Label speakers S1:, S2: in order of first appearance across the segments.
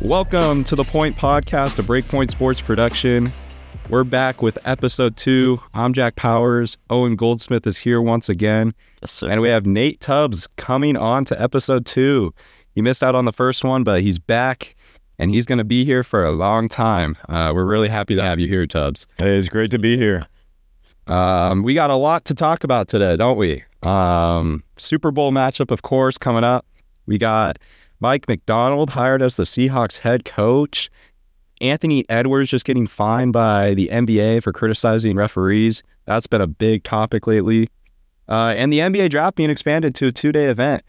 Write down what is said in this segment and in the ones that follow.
S1: Welcome to the Point Podcast, a Breakpoint Sports production. We're back with episode two. I'm Jack Powers. Owen Goldsmith is here once again. And we have Nate Tubbs coming on to episode two. He missed out on the first one, but he's back and he's going to be here for a long time. Uh, we're really happy to have you here, Tubbs.
S2: Hey, it's great to be here.
S1: Um, we got a lot to talk about today, don't we? Um, Super Bowl matchup, of course, coming up. We got Mike McDonald hired as the Seahawks head coach. Anthony Edwards just getting fined by the NBA for criticizing referees. That's been a big topic lately. Uh, and the NBA draft being expanded to a two day event,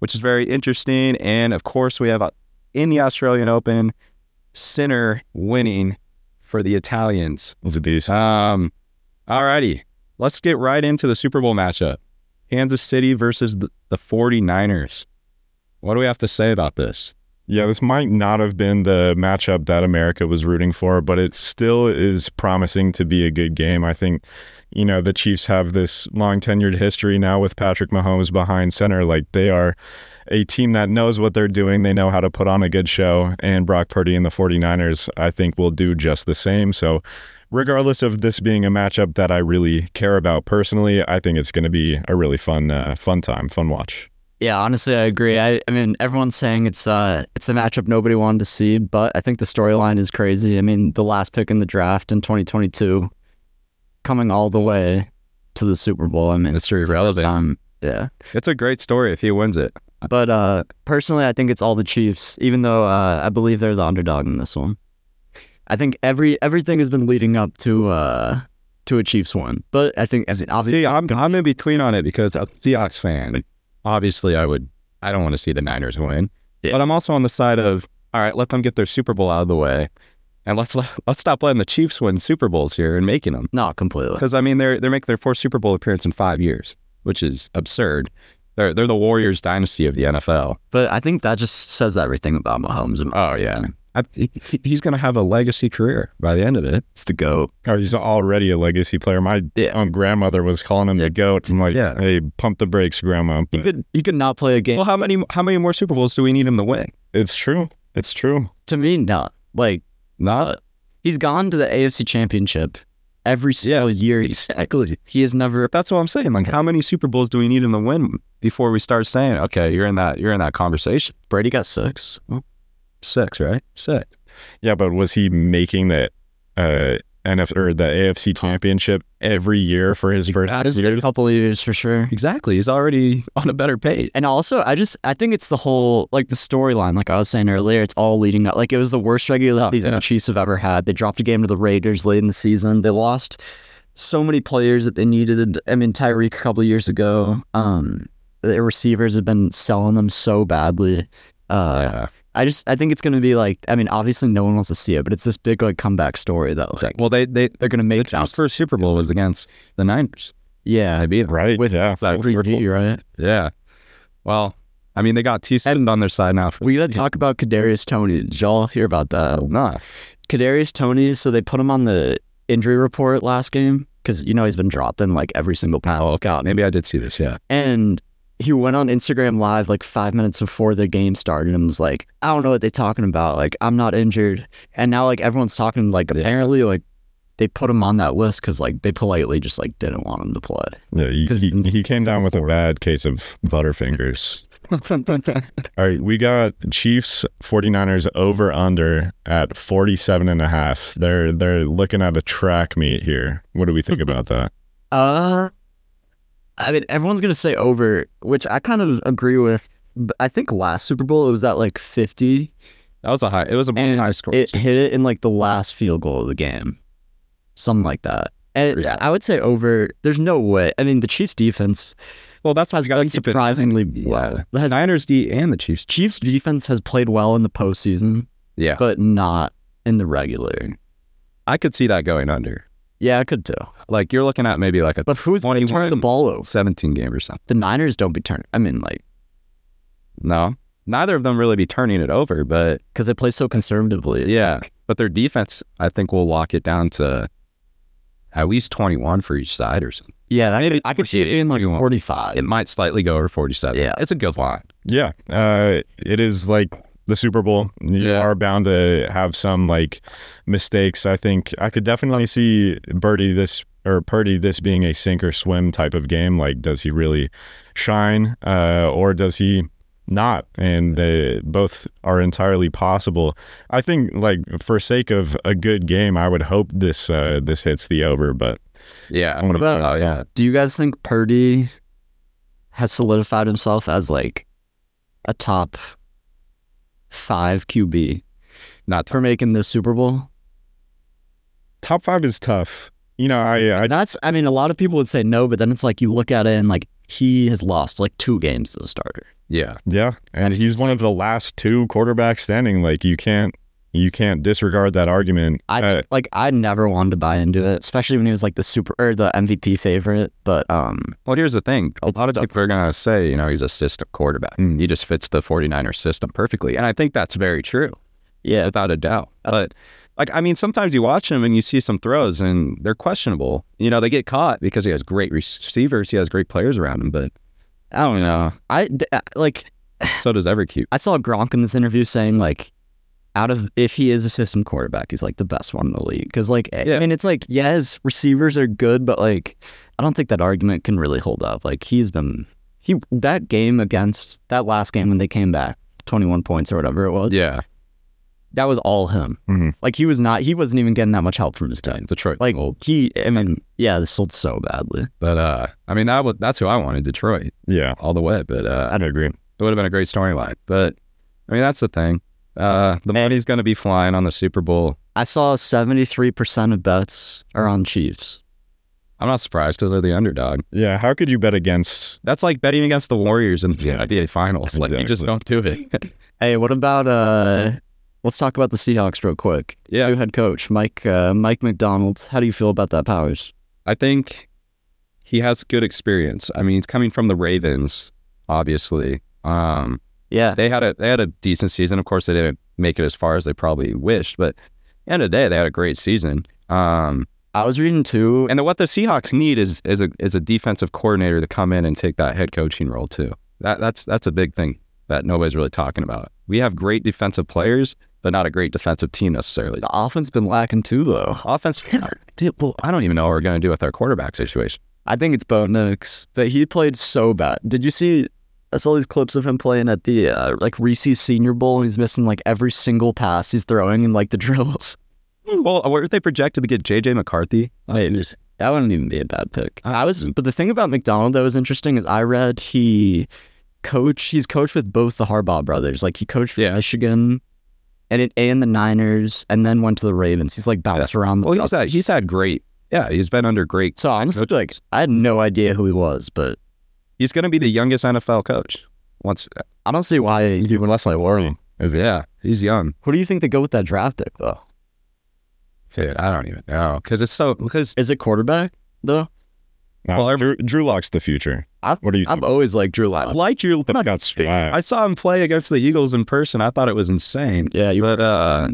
S1: which is very interesting. And of course, we have uh, in the Australian Open, Sinner winning for the Italians.
S2: It was a beast.
S1: Um, all righty. Let's get right into the Super Bowl matchup Kansas City versus the, the 49ers. What do we have to say about this?
S2: Yeah, this might not have been the matchup that America was rooting for, but it still is promising to be a good game. I think, you know, the Chiefs have this long tenured history now with Patrick Mahomes behind center. Like they are a team that knows what they're doing. They know how to put on a good show. And Brock Purdy and the 49ers, I think, will do just the same. So, regardless of this being a matchup that I really care about personally, I think it's going to be a really fun, uh, fun time, fun watch.
S3: Yeah, honestly, I agree. I, I mean, everyone's saying it's uh, it's a matchup nobody wanted to see, but I think the storyline is crazy. I mean, the last pick in the draft in 2022, coming all the way to the Super Bowl. I mean,
S1: It's very
S3: the first
S1: relevant.
S3: time. Yeah,
S1: It's a great story if he wins it.
S3: but uh, personally, I think it's all the Chiefs, even though uh, I believe they're the underdog in this one. I think every everything has been leading up to uh, to a Chiefs win, but I think as an obvious,
S1: See, I'm I'm in between on it because I'm a Seahawks fan. Obviously, I would. I don't want to see the Niners win,
S3: Yeah.
S1: but I'm also on the side of all right. Let them get their Super Bowl out of the way, and let's let, let's stop letting the Chiefs win Super Bowls here and making them
S3: not completely.
S1: because I mean they're they're making their fourth Super Bowl appearance in five years, which is absurd. They're they're the Warriors dynasty of the NFL.
S3: But I think that just says everything about Mahomes. and
S1: Oh yeah, I, he- he's gonna have a legacy career by the end of it.
S3: It's the goat.
S2: Oh, he's already a legacy player. My
S3: Yeah.
S2: own grandmother was calling him the goat. I'm like,
S1: Yeah.
S2: hey, pump the brakes, grandma.
S3: He could he could not play a game.
S1: Well, how many how many more Super Bowls do we need him to win?
S2: It's true. It's true.
S3: to me, not like uh,
S1: Not
S3: he's gone to the AFC Championship every single year.
S1: exactly.
S3: He has never.
S1: That's what I'm saying. Like, how many Super Bowls do we need him to win before we start saying, okay, you're in that you're in that conversation?
S3: Brady got six.
S1: Six, right? Six.
S2: Yeah, but was he making the uh, NF or the AFC championship every year for his first?
S3: That is a couple of years for sure.
S1: Exactly. He's already on a better page.
S3: And also, I just I think it's the whole like the storyline. Like I was saying earlier, it's all leading up. Like it was the worst regular season the Chiefs have ever had. They dropped a game to the Raiders late in the season. They lost so many players that they needed. I mean, Tyreek a couple of years ago. Um, their receivers have been selling them so badly. Uh,
S1: Yeah.
S3: I just I think it's gonna be like I mean obviously no one wants to see it, but it's this big like comeback story though.
S1: Well, they they
S3: They're gonna
S1: the
S3: make it
S1: Chiefs'
S3: out.
S1: first Super Bowl was against the Niners.
S3: Yeah,
S1: I beat 'em.
S2: Right.
S3: With-
S2: yeah.
S1: Like,
S3: Drew Brees, right?
S1: yeah. Well, I mean, they got T. Sutton on their side now. For,
S3: We gotta talk about Kadarius Tony. Did y'all hear about that?
S1: Oh, nah.
S3: Kadarius Tony. So they put him on the injury report last game because you know he's been dropped in like every single
S1: Oh
S3: panel.
S1: God, maybe I did see this. Yeah.
S3: And he went on Instagram live like five minutes before the game started and was like, I don't know what they're talking about. Like, I'm not injured. And now, like, everyone's talking, like, apparently, like, they put him on that list because, like, they politely just, like, didn't want him to play.
S2: Yeah, he,
S3: 'Cause-
S2: he, he came down with a bad case of butterfingers. All right, we got Chiefs 49ers over under at 47 and a half. They're they're looking at a track meet here. What do we think about that?
S3: Uh, I mean, everyone's gonna say over, which I kind of agree with. But I think last Super Bowl it was at like fifty,
S1: That was a high. It was a
S3: and
S1: high score.
S3: it hit it in like the last field goal of the game, something like that. And
S1: Yeah.
S3: I would say over. There's no way. I mean, the Chiefs defense
S1: well, that's why
S3: has
S1: it's got
S3: been surprisingly well. Has,
S1: Niners D and the Chiefs.
S3: Chiefs defense has played well in the postseason,
S1: Yeah,
S3: but not in the regular.
S1: I could see that going under.
S3: Yeah, I could too.
S1: Like you're looking at maybe like a
S3: But who's going to
S1: 21.
S3: turn the ball over?
S1: 17 game or something.
S3: The Niners don't be turning. I mean, like
S1: No, neither of them really be turning it over, but
S3: because they play so conservatively.
S1: yeah, but their defense, I think, will lock it down to at least 21 for each side or something.
S3: Yeah, that, I could see it in like
S1: 41.
S3: 45.
S1: It might slightly go over 47.
S3: Yeah.
S1: it's a good line.
S2: Yeah, uh, it is like the Super Bowl. You
S1: Yeah.
S2: are bound to have some like mistakes. I think I could definitely see Birdie this or Purdy this being a sink or swim type of game. Like, does he really shine uh, or does he not? And they both are entirely possible. I think like for sake of a good game, I would hope this uh, this hits the over, but
S1: Yeah.
S3: Mm.
S2: What about-
S1: oh, yeah.
S3: Do you guys think Purdy has solidified himself as like a top five QB
S1: Not
S3: for making the Super Bowl?
S2: top five is tough. You know, I, I
S3: That's I mean, a lot of people would say no, but then it's like you look at it and like he has lost like two games as a starter.
S1: Yeah.
S2: Yeah, and he's one of the last two quarterbacks standing. Like you can't you can't disregard that argument.
S3: I
S2: Uh,
S3: think like I never wanted to buy into it, especially when he was like the super or the MVP favorite. But um,
S1: Well, here's the thing. A lot of people are going to say, you know, he's a system quarterback.
S2: Mm.
S1: He just fits the 49er system perfectly. And I think that's very true,
S3: yeah,
S1: without a doubt. But, like, I mean, sometimes you watch him and you see some throws and they're questionable. You know, they get caught because he has great receivers, he has great players around him. But I don't know.
S3: I d- uh, like
S1: So does every cute.
S3: I saw Gronk in this interview saying like, out of if he is a system quarterback, he's like the best one in the league. Because like, I-
S1: Yeah.
S3: I mean, it's like yeah, his receivers are good, but like, I don't think that argument can really hold up. Like he's been he that game against that last game when they came back twenty one points or whatever it was.
S1: Yeah.
S3: That was all him.
S2: Mhm.
S3: Like he was not he wasn't even getting that much help from his team.
S1: Detroit.
S3: Like he, I mean, yeah, this sold so badly.
S1: But uh, I mean, that was, that's who I wanted, Detroit,
S2: yeah,
S1: all the way. But uh,
S2: I'd agree.
S1: it would have been a great storyline. But I mean, that's the thing. Uh, the money's going to be flying on the Super Bowl.
S3: I saw seventy three percent of bets are on Chiefs.
S1: I'm not surprised because they're the underdog.
S2: Yeah, how could you bet against?
S1: That's like betting against the Warriors in the NBA Finals. Like you just don't do it.
S3: Hey, what about uh? Let's talk about the Seahawks real quick.
S1: yeah,
S3: New head coach Mike uh, Mike McDonald. How do you feel about that, Powers?
S1: I think he has good experience. I mean, he's coming from the Ravens, obviously. Um,
S3: Yeah,
S1: they had a they had a decent season. Of course, they didn't make it as far as they probably wished, but end of the day, they had a great season. Um,
S3: I was reading too.
S1: and the, what the Seahawks need is is a is a defensive coordinator to come in and take that head coaching role too. That that's that's a big thing that nobody's really talking about. We have great defensive players, but not a great defensive team necessarily.
S3: The offense been lacking too, though.
S1: Offense, dude, well, I don't even know what we're going to do with our quarterback situation.
S3: I think it's Bo Nix, but he played so bad. Did you see? I saw these clips of him playing at the uh, like Reese's Senior Bowl, and he's missing like every single pass he's throwing in like the drills.
S1: Well, weren't they projected to get JJ McCarthy?
S3: Wait, just, that wouldn't even be a bad pick. I was, but the thing about McDonald that was interesting is I read he coach. He's coached with both the Harbaugh brothers. Like he coached for
S1: Yeah.
S3: Michigan, and it and the Niners, and then went to the Ravens. He's like bounced around. The
S1: Well, he's had he's had great. Yeah, he's been under great.
S3: so honestly, like I had no idea who he was, but
S1: He's going to be the youngest NFL coach. Once, uh,
S3: I don't see why you would less like worry.
S1: yeah, he's young,
S3: Who do you think they go with that draft pick though?
S1: dude. I don't even know because it's so because
S3: Is it quarterback though?
S2: No,
S1: Well,
S2: uh, Drew, Drew Locks the future.
S3: I-
S2: what do you?
S3: I've
S2: think?
S3: always liked Drew Lock.
S1: like Drew.
S2: That got swag.
S1: I saw him play against the Eagles in person. I thought it was insane.
S3: Yeah, you.
S1: But uh,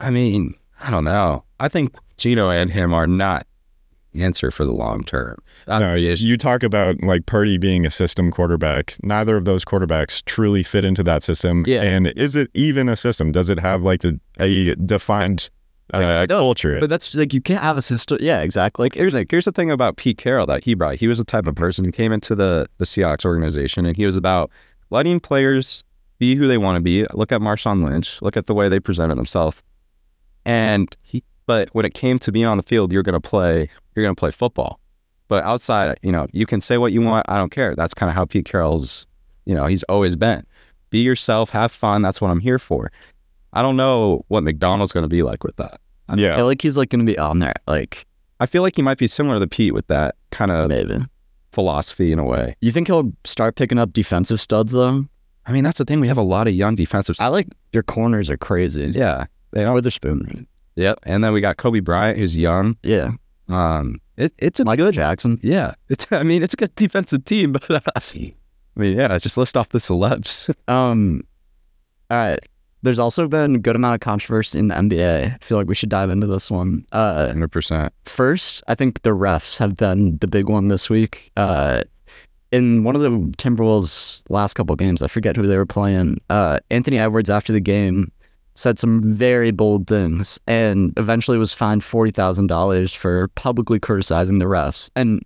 S1: I mean, I don't know. I think Gino and him are not the answer for the long term. Uh, I-
S2: no, yes. You talk about like Purdy being a system quarterback. Neither of those quarterbacks truly fit into that system.
S3: Yeah.
S2: And is it even a system? Does it have like a, a defined uh,
S3: No,
S2: culture?
S3: But that's like you can't have a system. Yeah, exactly. Like,
S1: Here's, here's the thing about Pete Carroll that he brought. He was the type of person who came into the, the Seahawks organization and he was about letting players be who they want to be. Look at Marshawn Lynch. Look at the way they presented themselves. And he, but when it came to being on the field, you're going to play, you're going to play football. But outside, you know, you can say what you want. I don't care. That's kind of how Pete Carroll's, you know, he's always been. Be yourself, have fun. That's what I'm here for. I don't know what McDonald's going to be like with that.
S3: I
S2: yeah.
S3: feel like he's like gonna be on there. Like
S1: I feel like he might be similar to Pete with that kind of
S3: maybe.
S1: philosophy in a way.
S3: You think he'll start picking up defensive studs though?
S1: I mean, that's the thing. We have a lot of young defensive.
S3: I like your corners are crazy.
S1: yeah, they are.
S3: Witherspoon.
S1: Yep. And then we got Kobe Bryant, who's young.
S3: Yeah.
S1: Um, it, it's a
S3: Michael Jackson.
S1: yeah. It's I mean, it's a good defensive team, but uh, I mean, yeah, just list off the celebs.
S3: Um. All right. There's also been a good amount of controversy in the NBA. I feel like we should dive into this one. Uh,
S1: Hundred percent.
S3: First, I think the refs have been the big one this week. Uh, in one of the Timberwolves' last couple games, I forget who they were playing. Uh, Anthony Edwards after the game said some very bold things and eventually was fined forty thousand dollars for publicly criticizing the refs. And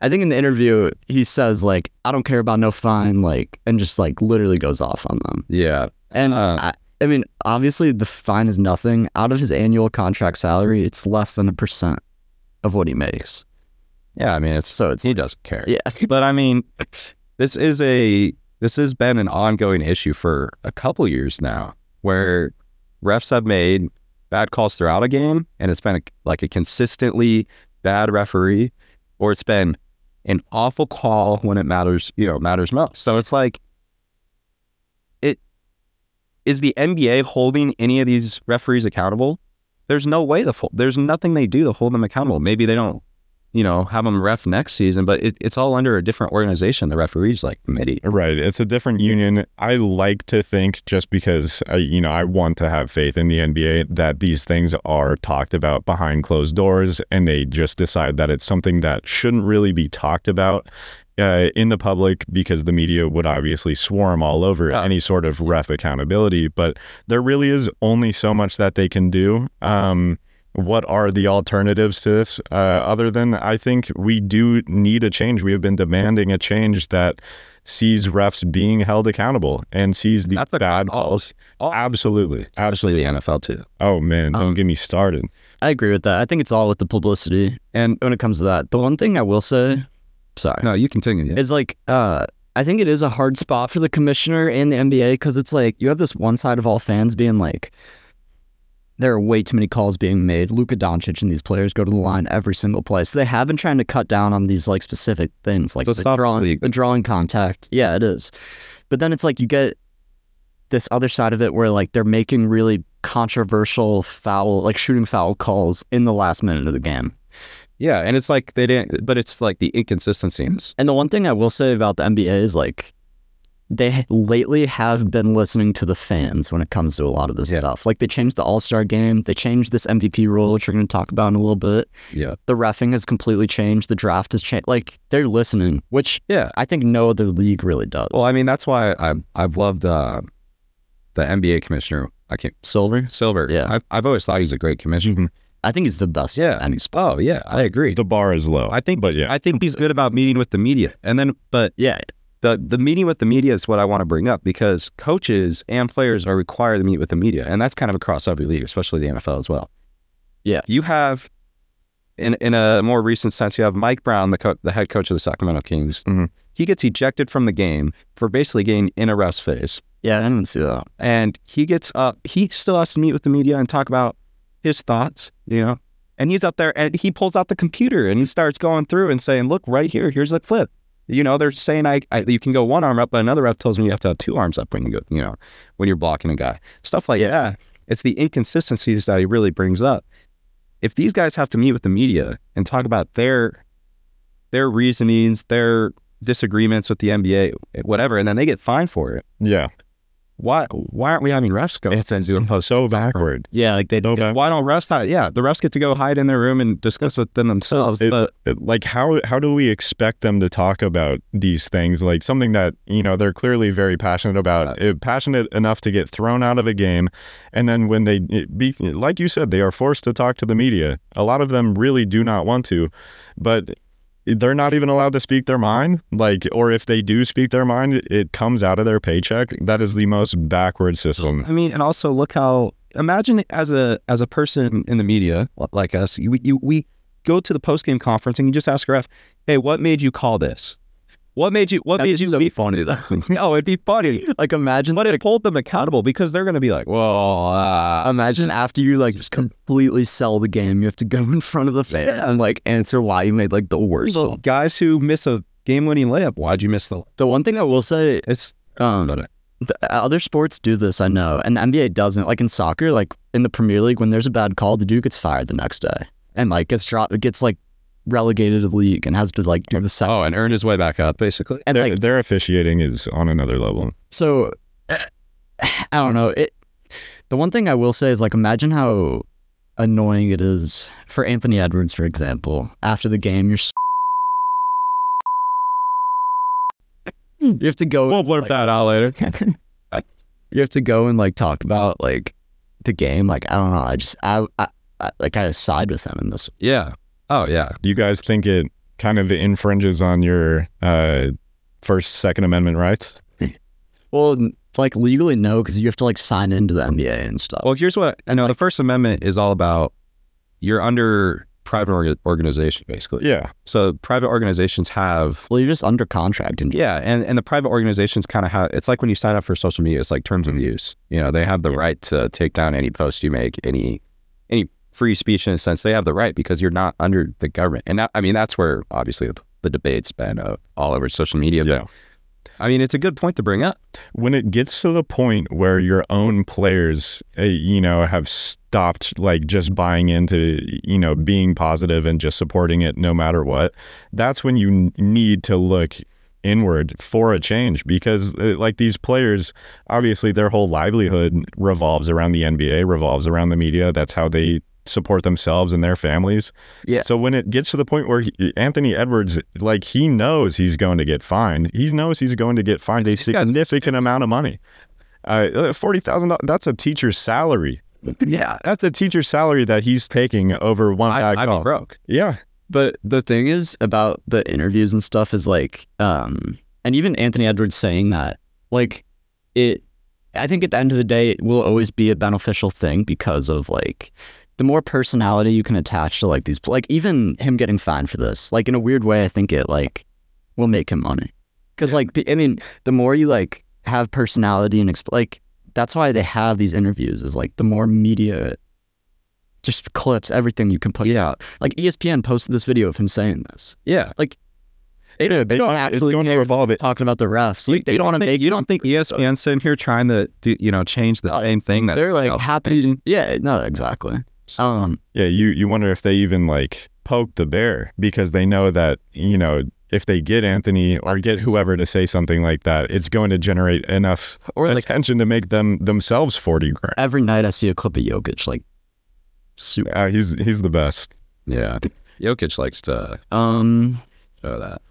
S3: I think in the interview he says like, "I don't care about no fine," like, and just like literally goes off on them.
S1: Yeah.
S3: And
S1: Uh.
S3: I, I mean, obviously the fine is nothing out of his annual contract salary. It's less than a percent of what he makes.
S1: Yeah. I mean, it's
S3: So it's
S1: he doesn't care.
S3: yeah,
S1: but I mean, this is a this has been an ongoing issue for a couple years now, where refs have made bad calls throughout a game, and it's been a, like a consistently bad referee, or it's been an awful call when it matters, you know, matters most. So it's like, it is the NBA holding any of these referees accountable? There's no way the there's nothing they do to hold them accountable. Maybe they don't you know, have them ref next season, but it, it's all under a different organization, the referees like committee.
S2: Right. It's a different union. I like to think just because I, you know, I want to have faith in the NBA that these things are talked about behind closed doors and they just decide that it's something that shouldn't really be talked about uh, in the public because the media would obviously swarm all over
S1: Yeah.
S2: any sort of ref accountability. But there really is only so much that they can do. Um, what are the alternatives to this? Uh, other than I think we do need a change. We have been demanding a change that sees refs being held accountable and sees the
S1: Not the
S2: bad
S1: calls.
S2: calls.
S1: All-
S2: Absolutely. Ab-
S1: Actually, the NFL too.
S2: oh man,
S1: Um,
S2: don't get me started.
S3: I agree with that. I think it's all with the publicity.
S1: And
S3: when it comes to that, the one thing I will say, sorry,
S1: no, you continue.
S3: is like, uh, I think it is a hard spot for the commissioner and the NBA because it's like you have this one side of all fans being like, there are way too many calls being made. Luka Doncic and these players go to the line every single play. So they have been trying to cut down on these like specific things, like
S1: So it's
S3: the
S1: not
S3: drawing,
S1: league.
S3: the drawing contact. Yeah, it is. But then it's like you get this other side of it where like they're making really controversial foul, like shooting foul calls in the last minute of the game.
S1: Yeah. And it's like they didn't, but it's like the inconsistencies.
S3: And the one thing I will say about the NBA is like they h- lately have been listening to the fans when it comes to a lot of this
S1: Yeah.
S3: stuff. Like they changed the All Star game, they changed this MVP rule, which we're going to talk about in a little bit.
S1: Yeah.
S3: The refing has completely changed, the draft has changed. Like they're listening, which
S1: Yeah.
S3: I think no other league really does.
S1: Well, I mean, that's why I, I've loved uh, the NBA commissioner. I can't,
S3: Silver,
S1: Silver.
S3: Yeah.
S1: I've, I've always thought he's a great commissioner.
S3: I think he's the best.
S1: Yeah.
S3: at any sport.
S1: Oh, yeah. I agree.
S2: The bar is low.
S1: I think,
S2: but yeah.
S1: I think he's good about meeting with the media. And then, but
S3: yeah,
S1: the the meeting with the media is what I want to bring up because coaches and players are required to meet with the media, and that's kind of across every league, especially the NFL as well.
S3: Yeah.
S1: you have in in a more recent sense, you have Mike Brown, the co- the head coach of the Sacramento Kings.
S2: Mhm.
S1: He gets ejected from the game for basically getting in a ref's face
S3: yeah. I didn't see that.
S1: and he gets up. He still has to meet with the media and talk about his thoughts, you know. And he's up there and he pulls out the computer and he starts going through and saying, "Look, right here, here's the clip." You know, they're saying I, I you can go one arm up, but another ref tells me you have to have two arms up when you go, you know, when you're blocking a guy. Stuff like that. It's the inconsistencies that he really brings up. If these guys have to meet with the media and talk about their their reasonings, their disagreements with the NBA, whatever, and then they get fined for it
S2: yeah.
S1: why why aren't we having refs go?
S2: It's so backward.
S3: Yeah, like they
S2: So backward.
S1: Why don't refs not? Yeah, the refs get to go hide in their room and discuss it then themselves.
S2: It-
S1: but
S2: it- like how how do we expect them to talk about these things like something that you know they're clearly very passionate about eh, passionate enough to get thrown out of a game and then when they it be like you said they are forced to talk to the media a lot of them really do not want to but they're not even allowed to speak their mind like or if they do speak their mind it comes out of their paycheck that is the most backward system
S1: I mean, and also look how imagine as a as a person in the media like us, you, you we go to the post game conference and you just ask a ref, hey, what made you call this? What made you? What made you? be
S3: funny though.
S1: no, it'd be funny.
S3: like imagine,
S1: But it hold them accountable because they're going to be like, well, uh,
S3: imagine after you like just completely sell the game, you have to go in front of the fan and like answer why you made like the worst.
S1: so guys who miss a game winning layup, why'd you miss the?
S3: The one thing I will say,
S1: It's
S3: um,
S1: Got it.
S3: the other sports do this, I know, and the NBA doesn't. Like in soccer, like in the Premier League, when there's a bad call, the dude gets fired the next day, and like gets dropped, gets like relegated to the league, and has to like do the second.
S1: oh, and earned his way back up basically.
S3: and
S2: their,
S3: like
S2: their officiating is on another level
S3: so, uh, I don't know. It. The one thing I will say is like imagine how annoying it is for Anthony Edwards, for example. After the game, you're You have to go.
S1: We'll blurb
S3: like,
S1: that out later.
S3: You have to go and like talk about like the game. Like I don't know. I just I, I, I like I side with them in this.
S1: Yeah. Oh yeah.
S2: Do you guys think it kind of infringes on your uh, First, Second Amendment rights?
S3: Well, n- like legally no, because you have to like sign into the NBA and stuff.
S1: Well, here's what I know. The First Amendment is all about you're under private orga- organization, basically.
S2: Yeah.
S1: So private organizations have
S3: Well, you're just under contract and
S1: Yeah, and, and the private organizations kind of have it's like when you sign up for social media, it's like terms of use. You know, they have the
S3: Mm-hmm. Yeah.
S1: right to take down any post you make, any any free speech in a sense. They have the right because you're not under the government. And that, I mean, that's where obviously the, the debate's been uh, all over social media.
S2: Yeah.
S1: But, I mean, it's a good point to bring up.
S2: when it gets to the point where your own players eh, you know have stopped like just buying into you know being positive and just supporting it no matter what that's when you n- need to look inward for a change because eh, like these players obviously their whole livelihood revolves around the NBA revolves around the media that's how they support themselves and their families
S3: Yeah.
S2: so when it gets to the point where he, Anthony Edwards like he knows he's going to get fined he knows he's going to get fined a
S1: guys-
S2: significant amount of money uh, forty thousand dollars. That's a teacher's salary.
S1: Yeah,
S2: That's a teacher's salary that he's taking over one
S1: I,
S2: guy
S1: I'd be
S2: call.
S1: broke.
S2: Yeah,
S3: But the thing is about the interviews and stuff is like, um, and even Anthony Edwards saying that, like, it, I think at the end of the day, it will always be a beneficial thing because of like, the more personality you can attach to like these, like even him getting fined for this, like in a weird way, I think it like will make him money. Cause like, pe- I mean, the more you like have personality and exp- like, that's why they have these interviews is like the more media just clips everything you can put out like E ESPN posted this video of him saying this.
S1: Yeah,
S3: They don't. They don't
S2: it's
S3: actually
S2: going to
S3: care
S2: revolve it.
S3: talking about the refs. Like, they don't want to make.
S1: you don't think E ESPN's sitting here trying to do, you know change the same thing that
S3: They're like
S1: Oh.
S3: happy. Yeah. No. Exactly. Um.
S2: Yeah, you you wonder if they even like poke the bear because they know that you know if they get Anthony or get whoever to say something like that, it's going to generate enough
S3: Or like
S2: attention to make them themselves forty grand.
S3: every night I see a clip of Jokic. Like. Super.
S2: Uh, he's he's the best.
S1: yeah. Jokic likes to
S3: Um.
S1: show that.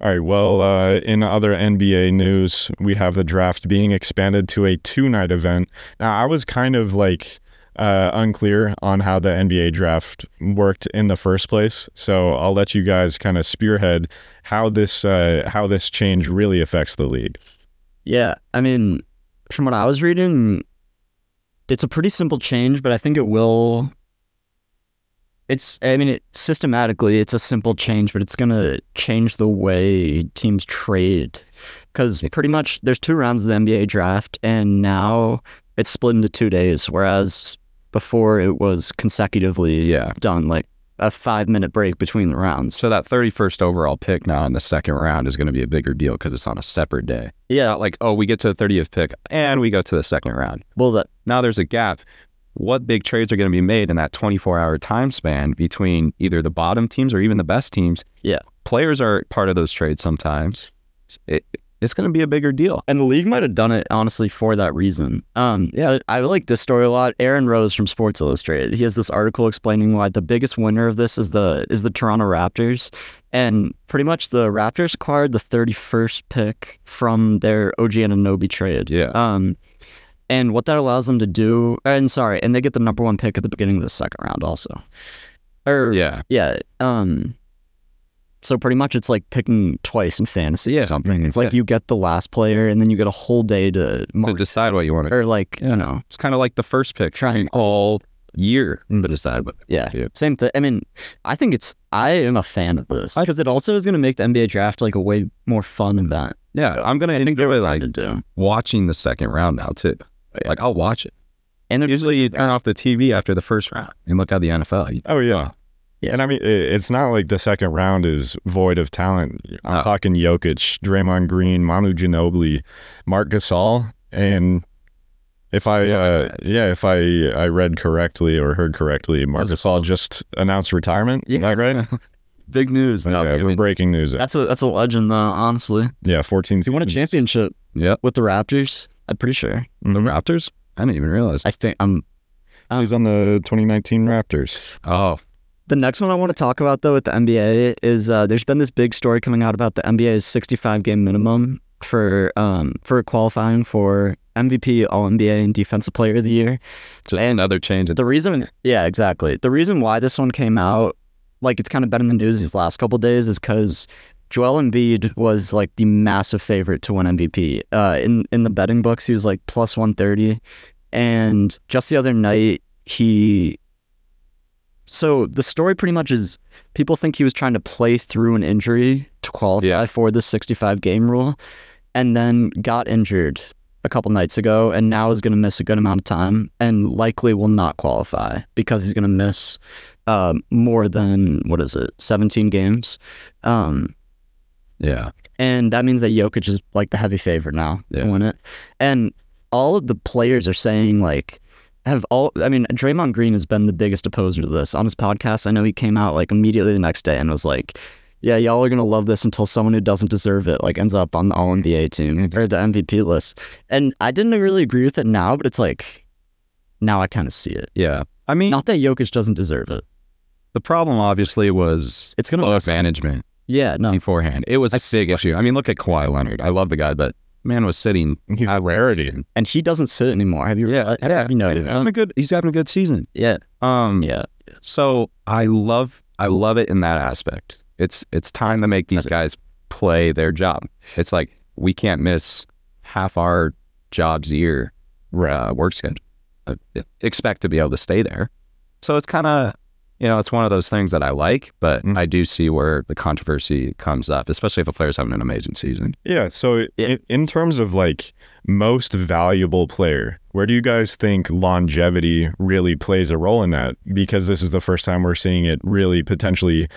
S2: All right. Well, uh, in other NBA news, we have the draft being expanded to a two night event. Now, I was kind of like uh, unclear on how the NBA draft worked in the first place, so I'll let you guys kind of spearhead how this uh, how this change really affects the league.
S3: Yeah. I mean, from what I was reading, it's a pretty simple change, but I think it will. It's. I mean, it systematically, it's a simple change, but it's gonna change the way teams trade, because pretty much there's two rounds of the NBA draft, and now it's split into two days, whereas before it was consecutively
S1: Yeah.
S3: done like a five minute break between the rounds.
S1: So that 31st overall pick now in the second round is going to be a bigger deal because it's on a separate day.
S3: yeah.
S1: Not like, oh, we get to the 30th pick and we go to the second round.
S3: Well, that
S1: Now there's a gap. What big trades are going to be made in that 24 hour time span between either the bottom teams or even the best teams?
S3: Yeah.
S1: Players are part of those trades sometimes. It, it's going to be a bigger deal.
S3: And the league might have done it honestly for that reason. Um, yeah, I like this story a lot. Aaron Rose from Sports Illustrated. He has this article explaining why the biggest winner of this is the is the Toronto Raptors, and pretty much the Raptors acquired the 31st pick from their OG Ananobi trade.
S1: Yeah.
S3: Um, and what that allows them to do, and sorry, and they get the number one pick at the beginning of the second round also. Or
S1: Yeah.
S3: yeah. Um. So pretty much, it's like picking twice in fantasy
S1: Yeah.
S3: or something. It's like you get the last player, and then you get a whole day
S1: To
S3: to, mark,
S1: decide what you want to
S3: or like you know,
S1: It's kind of like the first Hmm. pick.
S3: Trying-
S1: all year to decide what.
S3: yeah,
S1: Yeah.
S3: same thing. I mean, I think it's I am a fan of this because it also is going to make the NBA draft like a way more fun event
S1: Yeah. I'm going to enjoy like
S3: to do.
S1: watching the second round now, too. Like, I'll watch it.
S3: And there's
S1: Usually you turn off the TV after the first round and look at the NFL. You-
S2: Oh yeah.
S3: Yeah.
S2: And I mean, i- it's not like the second round is void of talent. I'm
S1: No.
S2: talking Jokic, Draymond Green, Manu Ginobili, Mark Gasol, and if I, uh, yeah, if I I read correctly or heard correctly, Mark
S3: That's-
S2: Gasol just announced retirement. Is that right?
S1: Big news.
S2: yeah,
S1: I
S2: we're
S1: mean-
S2: breaking news.
S3: that's a that's a legend though. Honestly,
S2: yeah, fourteen.
S3: he won a
S2: seasons.
S3: championship
S1: Yep.
S3: with the Raptors. I'm pretty sure.
S2: Mm-hmm.
S1: The Raptors? I didn't even realize.
S3: I think I'm
S2: He was on the 2019 Raptors.
S1: Oh,
S3: The next one I want to talk about, though, with the NBA is uh, there's been this big story coming out about the NBA's 65 game minimum for um, for qualifying for MVP, All NBA, and Defensive Player of the Year.
S1: Just another change.
S3: The reason, yeah, exactly. The reason why this one came out, like it's kind of been in the news these last couple days, is because Joel Embiid was like the massive favorite to win MVP. Uh, in in the betting books, he was like plus one thirty, and just the other night he. So the story pretty much is people think he was trying to play through an injury to qualify
S1: Yeah.
S3: for the 65 game rule and then got injured a couple nights ago and now is going to miss a good amount of time and likely will not qualify because he's going to miss um, more than what is it 17 games um,
S1: Yeah.
S3: and that means that Jokic is like the heavy favorite now
S1: Yeah.
S3: to win it and all of the players are saying like have all I mean Draymond Green has been the biggest opposer to this on his podcast I know he came out like immediately the next day and was like yeah, y'all are gonna love this until someone who doesn't deserve it like ends up on the All NBA team or the MVP list. And I didn't really agree with it now, but it's like now I kind of see it.
S1: Yeah. I mean,
S3: Not that Jokic doesn't deserve it.
S1: the problem obviously was
S3: It's gonna
S1: load management
S3: yeah no
S1: beforehand. It was a big issue. I mean, look at Kawhi Leonard. I love the guy, but man was sitting.
S2: He's a rarity.
S3: and he doesn't sit anymore. Have you?
S1: Yeah,
S3: have
S1: yeah.
S3: you noted?
S1: Having a good, he's having a good season.
S3: Yeah,
S1: Um,
S3: yeah.
S1: So I love I love it in that aspect. It's it's time to make these guys play their job. It's like we can't miss half our jobs a year uh, work schedule. Uh, expect to be able to stay there. So it's kind of you know it's one of those things that I like, but
S2: Mm.
S1: I do see where the controversy comes up, especially if a player's having an amazing season.
S2: Yeah. So
S3: Yeah.
S2: In, in terms of like most valuable player, where do you guys think longevity really plays a role in that? Because this is the first time we're seeing it really potentially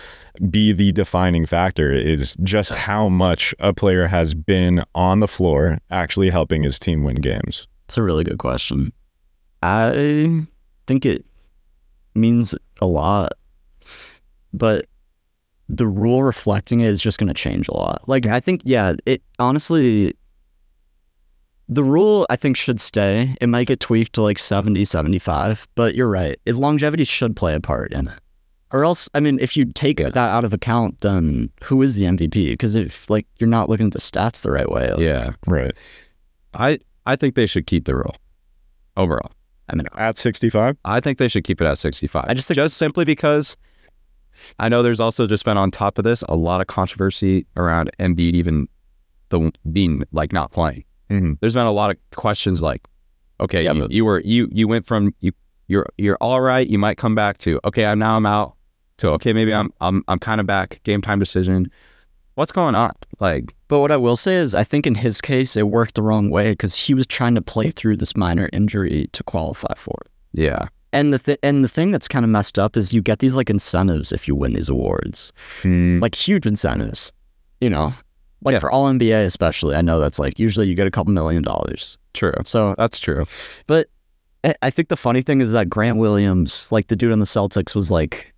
S2: be the defining factor is just how much a player has been on the floor actually helping his team win games.
S3: It's a really good question. I think it means a lot, but the rule reflecting it is just going to change a lot. Like, I think, yeah, it honestly, the rule I think should stay. It might get tweaked to like 70, 75, but you're right. It, longevity should play a part in it. Or else, I mean, if you take that out of account, then who is the MVP? Because if like you're not looking at the stats the right way, like,
S1: Yeah,
S2: Right.
S1: I I think they should keep the rule overall.
S3: I mean,
S2: At 65?
S1: I think they should keep it at 65.
S3: I just think-
S1: just simply because I know there's also just been on top of this a lot of controversy around Embiid even the being like not playing.
S2: Mhm.
S1: There's been a lot of questions like, okay,
S3: Mm-hmm. Yeah,
S1: you,
S3: but-
S1: you were you you went from you you're you're all right, you might come back to okay, I'm now I'm out to okay, maybe I'm I'm I'm kind of back. Game time decision. What's going on? Like,
S3: But what I will say is, I think in his case, it worked the wrong way because he was trying to play through this minor injury to qualify for it.
S1: yeah,
S3: And the th- and the thing that's kind of messed up is you get these like incentives if you win these awards, like huge incentives, you know,
S1: Hmm.
S3: like
S1: Yeah.
S3: for all NBA especially. I know that's like usually you get a couple million dollars.
S1: true.
S3: So
S1: That's true.
S3: but I- I think the funny thing is that Grant Williams, like the dude on the Celtics, was like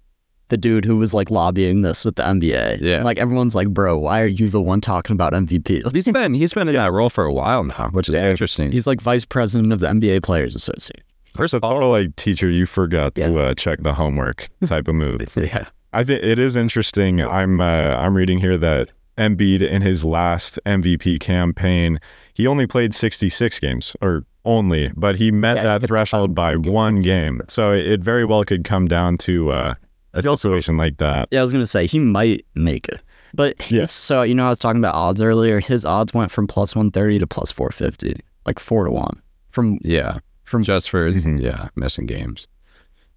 S3: the dude who was like lobbying this with the NBA.
S1: Yeah.
S3: Like everyone's like, bro, why are you the one talking about MVP?
S1: He's been he's been in that role for a while now, which is interesting.
S3: He's like vice president of the NBA Players Association.
S2: First of all, like teacher, you forgot to
S3: Yeah.
S2: uh, check the homework type of move.
S1: yeah,
S2: I think it is interesting. I'm uh, I'm reading here that Embiid in his last MVP campaign, he only played 66 games or only, but he met
S3: Yeah,
S2: that threshold by one game. So it, it very well could come down to uh, a situation like that.
S3: Yeah, I was gonna say he might make it, but his,
S2: Yeah.
S3: so you know I was talking about odds earlier. His odds went from plus one thirty to plus four fifty, like four to one. From
S1: yeah.
S3: from
S1: just for his
S2: Mhm.
S1: yeah missing games.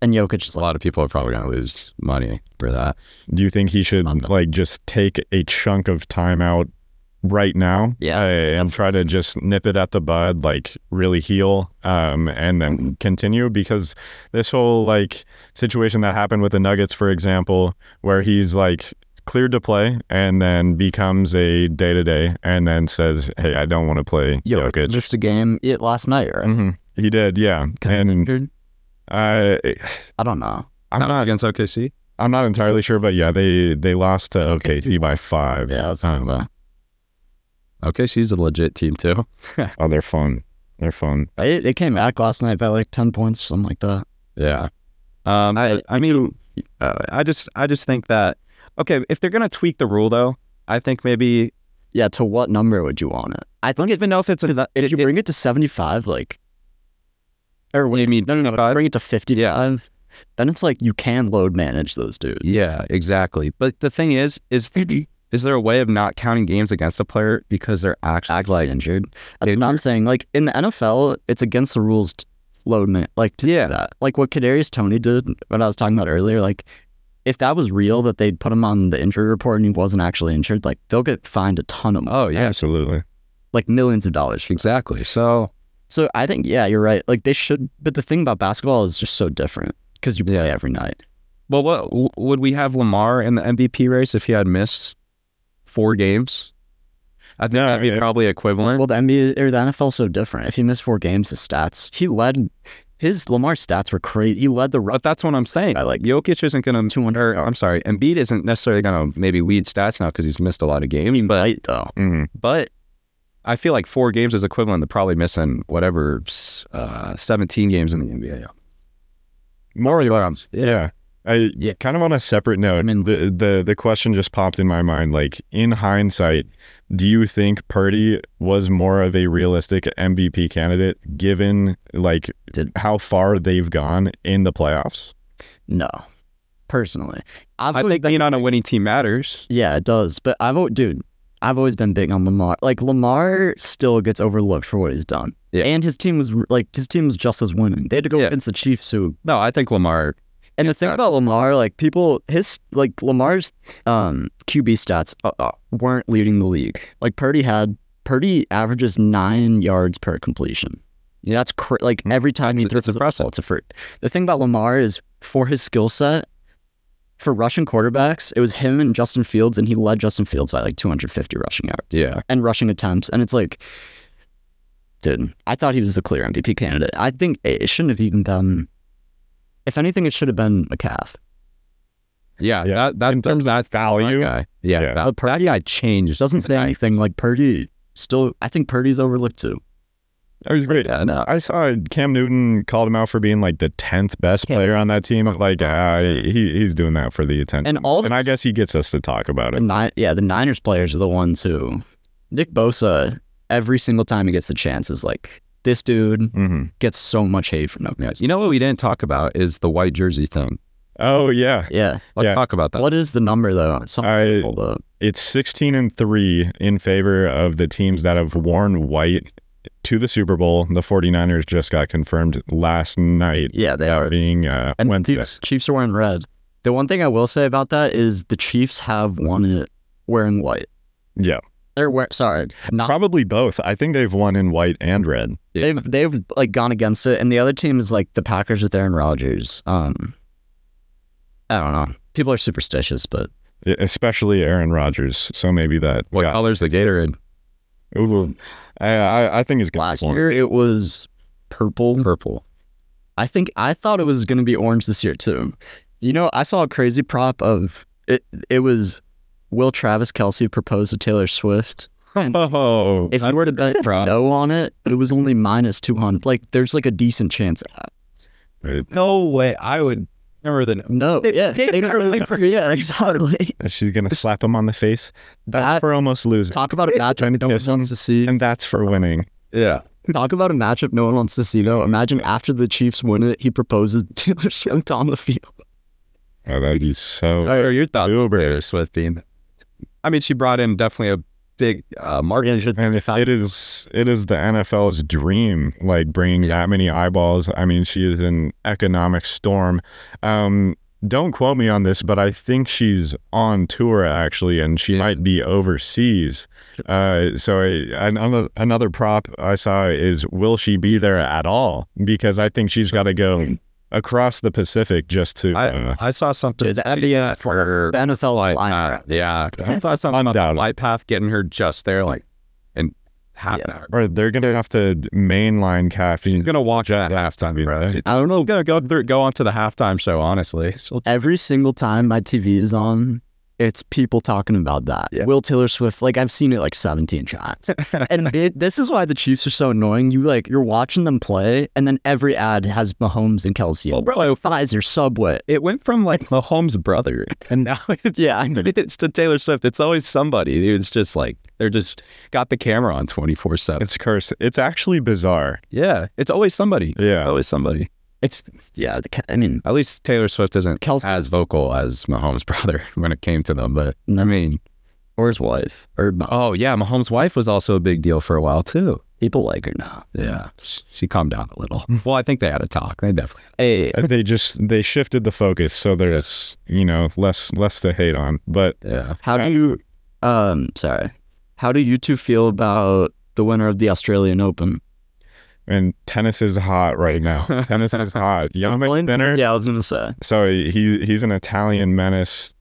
S3: and Jokic is
S1: A
S3: like
S1: lot of people are probably gonna lose money for that.
S2: Do you think he should
S3: Mondo.
S2: like just take a chunk of time out right now?
S3: Yeah,
S2: uh, and try to just nip it at the bud, like really heal, um, and then continue because this whole like situation that happened with the Nuggets, for example, where he's like cleared to play and then becomes a day to day, and then says, "Hey, I don't want to play
S3: Jokic,
S2: Jokic."
S3: just a game it last night, right?
S2: Mhm. He did, yeah,
S3: 'Cause he
S2: and
S3: injured?
S2: uh,
S3: I don't know.
S2: I'm
S1: That was
S2: not
S1: against OKC.
S2: I'm not entirely sure, but yeah, they they lost to OKC by five.
S3: Yeah, that's
S2: Um,
S1: OKC's a legit team too.
S2: Oh, they're fun. They're fun.
S3: it, it came back last night by like ten points, something like that.
S1: Yeah. Um, I, I mean, uh, I just I just think that okay, if they're gonna tweak the rule though, I think maybe
S3: yeah, to what number would you want it? I
S1: don't
S3: think if
S1: even know if it's a,
S3: if you bring it to seventy-five, like, or what do you mean? No, no, no.
S1: 75?
S3: Bring it to fifty-five. Then it's like you can load manage those dudes.
S1: Yeah, exactly. But the thing is, is is there a way of not counting games against a player because they're actually
S3: act like injured. That's what I'm saying. Like in the NFL, it's against the rules to load man. Like to
S1: Yeah.
S3: do that. Like what Kadarius Tony did, what I was talking about earlier. Like if that was real, that they'd put him on the injury report and he wasn't actually injured, like they'll get fined a ton of money,
S1: Oh yeah,
S2: Absolutely.
S3: like millions of dollars. For
S1: exactly. So
S3: so I think yeah, you're right. Like they should. But the thing about basketball is just so different because you play every night.
S1: well what would we have Lamar in the MVP race if he had missed four games? I think
S2: No, I
S1: that'd be
S2: mean-
S1: probably equivalent.
S3: Well, the NBA or the NFL so different. If he missed four games, his stats he led. His Lamar stats were crazy. He led the run.
S1: but that's what I'm saying.
S3: I like-
S1: Jokic isn't going to,
S3: 200
S1: or I'm sorry, Embiid isn't necessarily going to maybe lead stats now because he's missed a lot of games. But
S3: Right Oh, though.
S2: hmm
S1: but I feel like four games is equivalent to probably missing whatever s- uh, 17 games in the NBA. More games.
S2: Yeah. I
S3: Yeah.
S2: kind of on a separate note.
S3: I mean-
S2: the, the the question just popped in my mind. Like in hindsight, do you think Purdy was more of a realistic MVP candidate given like
S3: Did-
S2: how far they've gone in the playoffs?
S3: No, personally, I've
S1: I
S3: always
S1: think being on a winning team matters.
S3: yeah, it does. But I've al- dude, I've always been big on Lamar. Like Lamar still gets overlooked for what he's done.
S1: Yeah.
S3: and his team was like his team was just as winning. They had to go
S1: Yeah.
S3: against the Chiefs, who
S1: No, I think Lamar.
S3: and the thing about Lamar, like people, his like Lamar's um QB stats uh, uh, weren't leading the league. Like Purdy had Purdy averages nine yards per completion. Yeah, that's cr- like every time he
S1: That's-
S3: throws
S1: that's
S3: the ball, it's Hmm. a fruit. The thing about Lamar is for his skill set, for Russian quarterbacks, it was him and Justin Fields, and he led Justin Fields by like 250 rushing yards
S1: Yeah.
S3: and rushing attempts. And it's like, dude, I thought he was the clear MVP candidate. I think it it shouldn't have even been. If anything, it should have been a calf.
S1: Yeah.
S2: Yeah.
S1: That, that,
S2: In terms
S1: that
S2: value?
S1: guy. Yeah.
S2: Yeah.
S1: That, that guy changed.
S3: Doesn't say
S1: I-
S3: anything like Purdy. Still, I think Purdy's overlooked too.
S2: That was great.
S1: Yeah, no.
S2: I saw Cam Newton called him out for being like the tenth best player on that team. Like, ah, he he's doing that for the attention.
S3: And all the-
S2: and I guess he gets us to talk about
S3: The
S2: it.
S3: nine, yeah, the Niners players are the ones who. Nick Bosa, every single time he gets a chance, is like this dude
S2: hmm
S3: gets so much hate from
S1: Yeah.
S3: guys.
S1: You know what we didn't talk about is the white jersey thing.
S2: Oh yeah,
S3: Yeah.
S1: Let's
S2: Yeah.
S1: talk about that.
S3: What is the number though? Some
S2: I
S3: people, though.
S2: it's 16 and 3 in favor of the teams that have worn white to the Super Bowl. The 49ers just got confirmed last night
S3: Yeah, they are.
S2: being uh,
S3: And
S2: Wednesday.
S3: Chiefs, Chiefs are wearing red. The one thing I will say about that is the Chiefs have won it wearing white.
S2: Yeah.
S3: They're wear, sorry, not
S2: Probably both. I think they've won in white and red.
S3: they've they've like gone against it, and the other team is like the Packers with Aaron Rodgers. Um, I don't know. People are superstitious, but
S2: e, Especially Aaron Rodgers, so maybe that.
S1: what
S2: got-
S1: color's the Gatorade?
S2: Ooh, I, I I think it's
S3: last
S2: one.
S3: year it was purple.
S1: Purple.
S3: I think I thought it was going to be orange this year too. You know, I saw a crazy prop of it. It was will Travis Kelsey propose to Taylor Swift?
S2: Oh,
S3: If you were to bet
S1: prop.
S3: no on it, it was only minus 200. Like, there's like a decent chance.
S1: No way. I would never the
S3: No, yeah. they don't really- yeah, exactly.
S2: she's gonna slap him on the face. That's
S3: That-
S2: for almost losing,
S3: Talk about a matchup no one
S2: Yes.
S3: wants to see.
S2: and that's for winning.
S1: Yeah.
S3: Talk about a matchup no one wants to see, though. Imagine after the Chiefs win it, he proposes to Taylor Swift on the field.
S2: Oh, that'd be so.
S1: What are your thoughts on
S2: Uber.
S1: Taylor Swift being? I mean, she brought in definitely a big uh, market.
S2: And if it is, it is the NFL's dream, like bringing that many eyeballs. I mean, she is an economic storm. Um, don't quote me on this, but I think she's on tour actually, and she might be overseas. Uh, so I, another another prop I saw is will she be there at all? Because I think she's got to go across the Pacific just to.
S1: I,
S2: uh,
S1: I saw something.
S3: Is that the, uh,
S1: for
S3: The NFL
S1: Flight
S3: line-
S1: Path. Yeah. I saw something about
S2: Undoubtedly.
S1: Light Path getting her just there, like, in half an
S3: Yeah.
S1: hour.
S2: or they're gonna have to mainline
S1: She's
S2: caffeine.
S1: going to watch that halftime, bro.
S3: I don't know.
S1: I'm going to go through, go on to the halftime show, honestly. She'll-
S3: Every single time my TV is on, It's people talking about that.
S1: Yeah.
S3: Will Taylor Swift, like I've seen it like 17 times. and it, this is why the Chiefs are so annoying. You like you're watching them play, and then every ad has Mahomes and Kelsey. Well,
S1: bro.
S3: Pfizer Subway.
S1: It went from like Mahomes' brother, and now it's,
S3: Yeah, I know.
S1: it's to Taylor Swift. It's always somebody. It's just like they're just got the camera on twenty four seven.
S2: It's cursed. It's actually bizarre.
S1: Yeah, it's always somebody.
S2: Yeah.
S1: Always somebody.
S3: It's yeah. the Ke- I mean,
S1: At least Taylor Swift isn't
S3: Kelsey-
S1: as vocal as Mahomes' brother when it came to them. But I
S3: No.
S1: mean,
S3: or his wife, or Mah-
S1: oh yeah, Mahomes' wife was also a big deal for a while too.
S3: people like her now.
S1: Yeah, sh- she calmed down a little.
S3: Hmm.
S1: Well, I think they had a talk. They definitely.
S3: Hey,
S2: Uh, they just they shifted the focus so there's, you know, less less to hate on. But
S1: Yeah.
S3: How do you, um, sorry, how do you two feel about the winner of the Australian Open?
S2: and tennis is hot right now. tennis is hot. Young Sinner.
S3: Yeah, I was gonna say.
S2: So he he's an Italian menace.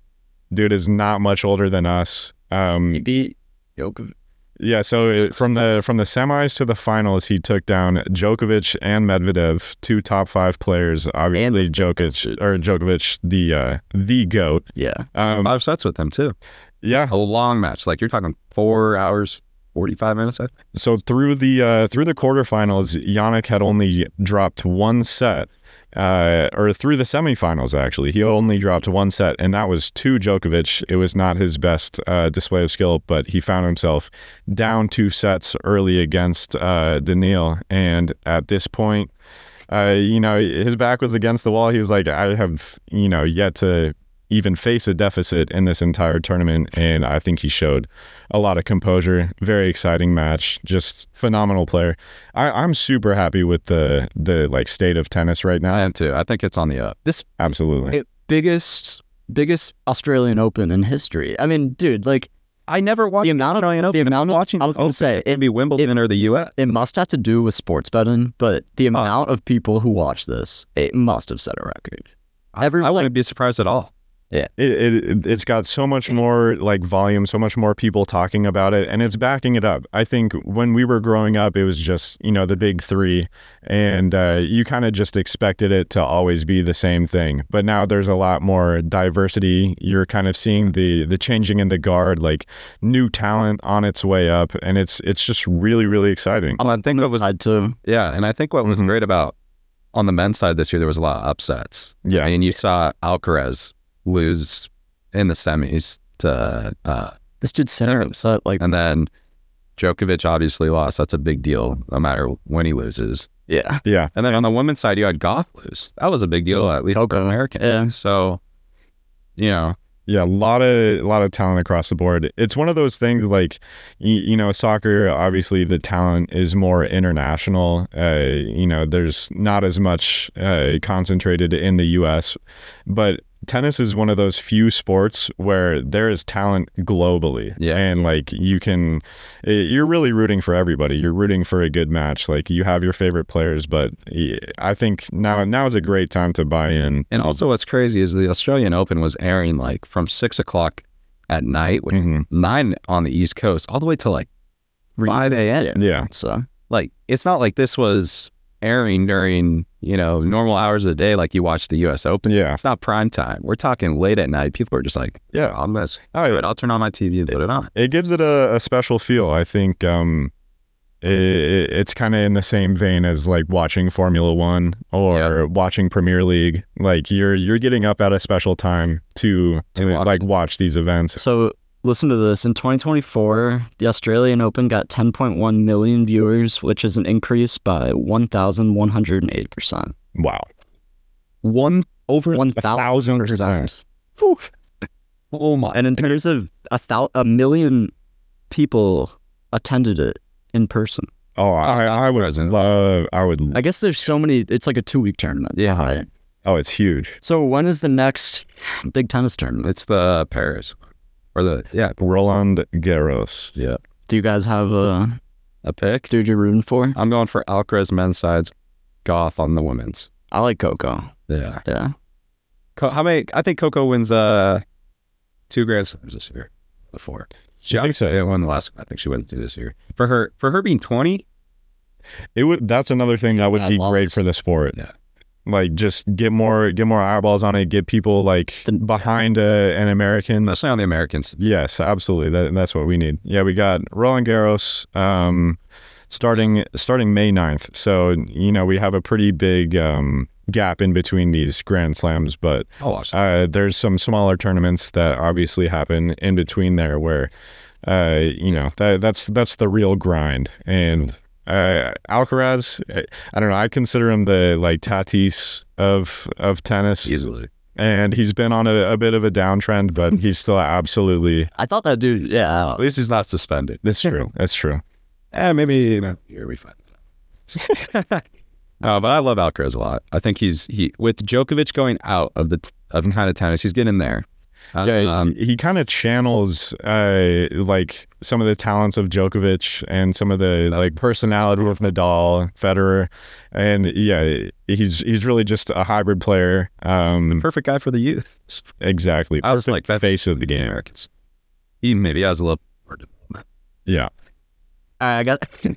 S2: Dude is not much older than us. Um,
S3: beat Djokovic.
S2: yeah. So it, from the from the semis to the finals, he took down Djokovic and Medvedev, two top five players. Obviously, Djokovic or Djokovic, the uh, the goat.
S3: Yeah,
S2: Um,
S1: Five sets with them too.
S2: yeah.
S1: A long match. Like you're talking four hours, forty five minutes. I think.
S2: So through the uh, through the quarterfinals, Yannick had only dropped one set, uh, or through the semifinals actually, he only dropped one set, and that was to Djokovic. It was not his best uh, display of skill, but he found himself down two sets early against uh, Daniil, and at this point, uh, you know his back was against the wall. He was like, I have you know yet to even face a deficit in this entire tournament, and I think he showed a lot of composure. Very exciting match. Just phenomenal player. I, I'm super happy with the the like state of tennis right
S1: I
S2: now.
S1: am too. I think it's on the up.
S2: Absolutely.
S3: It- biggest biggest Australian Open in history. I mean, dude, like
S1: I never watched
S3: the amount of
S1: Australian
S3: the
S1: Open.
S3: amount of
S1: watching
S3: I was gonna say it,
S1: Oh, maybe Wimbledon or the U.S.
S3: it must have to do with sports betting, but
S1: Uh.
S3: the amount of people who watch this, it must have set a record. Every
S1: I
S3: like,
S1: wouldn't be surprised at all.
S2: It, it it's got so much more like volume, so much more people talking about it, and it's backing it up. I think when we were growing up, it was just you know the big three, and uh, you kind of just expected it to always be the same thing. But now there's a lot more diversity. You're kind of seeing the the changing in the guard, like new talent on its way up, and it's it's just really really exciting.
S1: And I think what was
S3: tied to
S1: yeah, and I think what was
S2: Mhm.
S1: great about on the men's side this year there was a lot of upsets.
S2: Yeah.
S1: I mean, you saw Alcaraz lose in the semis to, uh,
S3: this dude center upset like
S1: and then Djokovic obviously lost. That's a big deal, no matter when he loses.
S3: yeah
S2: Yeah,
S1: And then on the women's side, you had Goff lose. That was a big deal, at least for
S3: Coco,
S1: American.
S3: yeah.
S1: So, you know,
S2: yeah, a lot of lot of talent across the board. It's one of those things like you, you know, soccer. Obviously, the talent is more international. Uh, you know, there's not as much uh, concentrated in the U.S., but tennis is one of those few sports where there is talent globally.
S1: Yeah.
S2: and like you can, eh, you're really rooting for everybody. You're rooting for a good match. Like you have your favorite players, but eh, I think now now is a great time to buy in.
S1: and also what's crazy is the Australian Open was airing like from six o'clock at night, which
S2: Mhm.
S1: nine on the East Coast, all the way to like 5 a.m.
S2: Mm-hmm. Yeah.
S3: so
S1: Like, it's not like this was airing during, you know, normal hours of the day, like you watch the U.S. Open.
S2: Yeah.
S1: It's not prime time. We're talking late at night. People are just like,
S2: Yeah.
S1: I'm going to
S2: All right.
S1: I'll turn on my TV and put it on.
S2: it gives it a, a special feel. I think um, i i it's kind of in the same vein as like watching Formula One or
S1: Yeah.
S2: watching Premier League. Like you're you're getting up at a special time to,
S1: To
S2: to
S1: watch.
S2: like watch these events.
S3: so listen to this in 2024 the Australian Open got 10.1 million viewers which is an increase by 1108 percent
S2: Wow,
S1: One over.
S3: one thousand percent
S1: Oh my.
S3: and in terms of a thou- a million people attended it in person
S2: oh I, I would love I would
S3: I guess there's so many it's like a two week tournament
S1: Yeah.
S3: right?
S2: oh it's huge
S3: so when is the next big tennis tournament
S1: It's the Paris or the, yeah,
S2: Roland Garros.
S1: yeah.
S3: do you guys have a
S1: A pick.
S3: dude you're rooting for
S1: I'm going for Alcaraz men's sides, Goff on the women's.
S3: I like Coco
S1: Yeah.
S3: yeah
S1: Co- how many? I think Coco wins uh two Grand Slams this year. The four. She, I think so. Yeah, won the last. I think she won two this year. For her, for her being twenty,
S2: It would that's another thing that would
S3: I
S2: be
S3: love
S2: great
S3: this.
S2: for the sport.
S1: Yeah.
S2: Like just get more get more eyeballs on it. Get people like behind a, an American.
S1: Mostly on the Americans.
S2: Yes, absolutely. That, that's what we need. Yeah, we got Roland Garros um, starting starting May 9th. So you know we have a pretty big um, gap in between these Grand Slams, but
S1: Oh, awesome.
S2: uh, there's some smaller tournaments that obviously happen in between there where uh, you know that that's that's the real grind and uh, Alcaraz I- I don't know I consider him the like Tatis of of tennis
S1: Easily.
S2: and he's been on a, a bit of a downtrend but he's still absolutely
S3: I thought that dude, yeah.
S1: At least he's not suspended.
S2: that's true that's true
S1: Eh, maybe you know, here we find that out. Uh, but I love Alcaraz a lot. I think he's he with Djokovic going out of the t- of kind of tennis, he's getting there. Uh,
S2: yeah
S1: um,
S2: he, kind of channels uh, like some of the talents of Djokovic and some of the like personality of Nadal Federer and yeah he's he's really just a hybrid player um
S1: perfect guy for the youth.
S2: exactly
S1: I was
S2: perfect
S1: like, that-
S2: face of the game
S1: Americans. He maybe has a little.
S2: yeah
S3: All right, I got.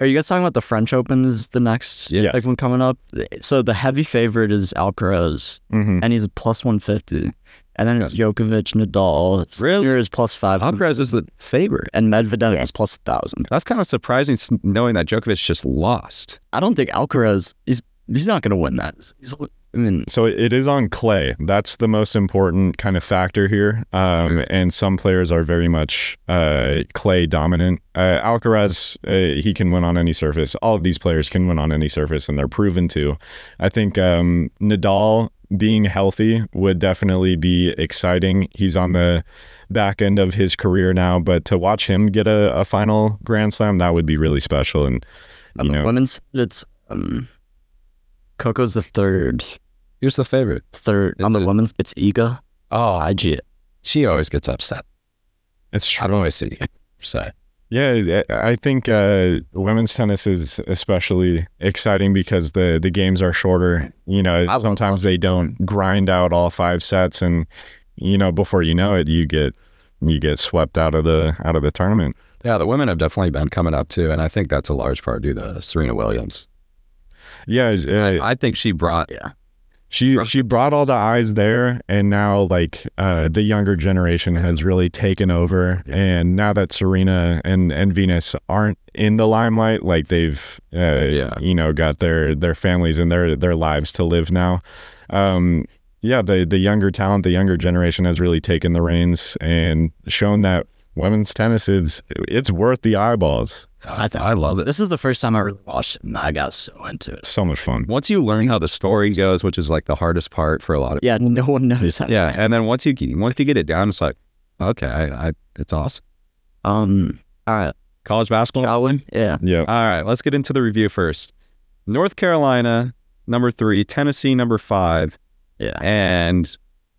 S3: Are you guys talking about the French Open? Is the next
S2: Yeah.
S3: like one coming up? So the heavy favorite is Alcaraz,
S2: hmm
S3: and he's plus one fifty, and then it's Djokovic, Nadal,
S1: Really?
S3: Sinner is plus five hundred,
S1: Alcaraz is the favorite.
S3: and Medvedev is plus thousand.
S1: That's kind of surprising, s- knowing that Djokovic just lost.
S3: I don't think Alcaraz is. He's not going to win that. He's, I mean,
S2: so it is on clay that's the most important kind of factor here um and some players are very much uh clay dominant uh, Alcaraz uh, he can win on any surface all of these players can win on any surface and they're proven to I think um, Nadal being healthy would definitely be exciting. He's on the back end of his career now, but to watch him get a, a final Grand Slam, that would be really special. And
S3: on
S2: you
S3: the
S2: know,
S3: women's, it's um, Coco's the third,
S1: Who's the favorite?
S3: third on the women's. It's Iga.
S1: Oh, I,
S3: IG.
S1: she always gets upset.
S2: it's true.
S1: I'm always sitting upset.
S2: Yeah, I I think uh, women's tennis is especially exciting because the the games are shorter. You know,
S1: love
S2: sometimes they don't grind out all five sets, and you know, before you know it, you get you get swept out of the out of the tournament.
S1: Yeah, the women have definitely been coming up too, and I think that's a large part due to Serena Williams.
S2: Yeah, uh,
S1: I think she brought
S2: She she brought all the eyes there, and now like uh, the younger generation has really taken over. And now that Serena and, and Venus aren't in the limelight, like they've uh,
S1: Yeah.
S2: you know got their their families and their their lives to live now. Um, yeah, the the younger talent, the younger generation has really taken the reins and shown that women's tennis is it's worth the eyeballs.
S1: I, I love it.
S3: This is the first time I really watched it, and I got so into it.
S2: It's so much fun.
S1: Once you learn how the story goes, which is like the hardest part for a lot of
S3: Yeah, no one knows. How
S1: yeah, and then once you get- once you get it down, it's like okay, I, I it's awesome.
S3: Um. All right.
S1: College basketball.
S3: Alwyn. Yeah.
S2: Yeah,
S1: All right, let's get into the review first. North Carolina number three, Tennessee number five,
S3: Yeah.
S1: and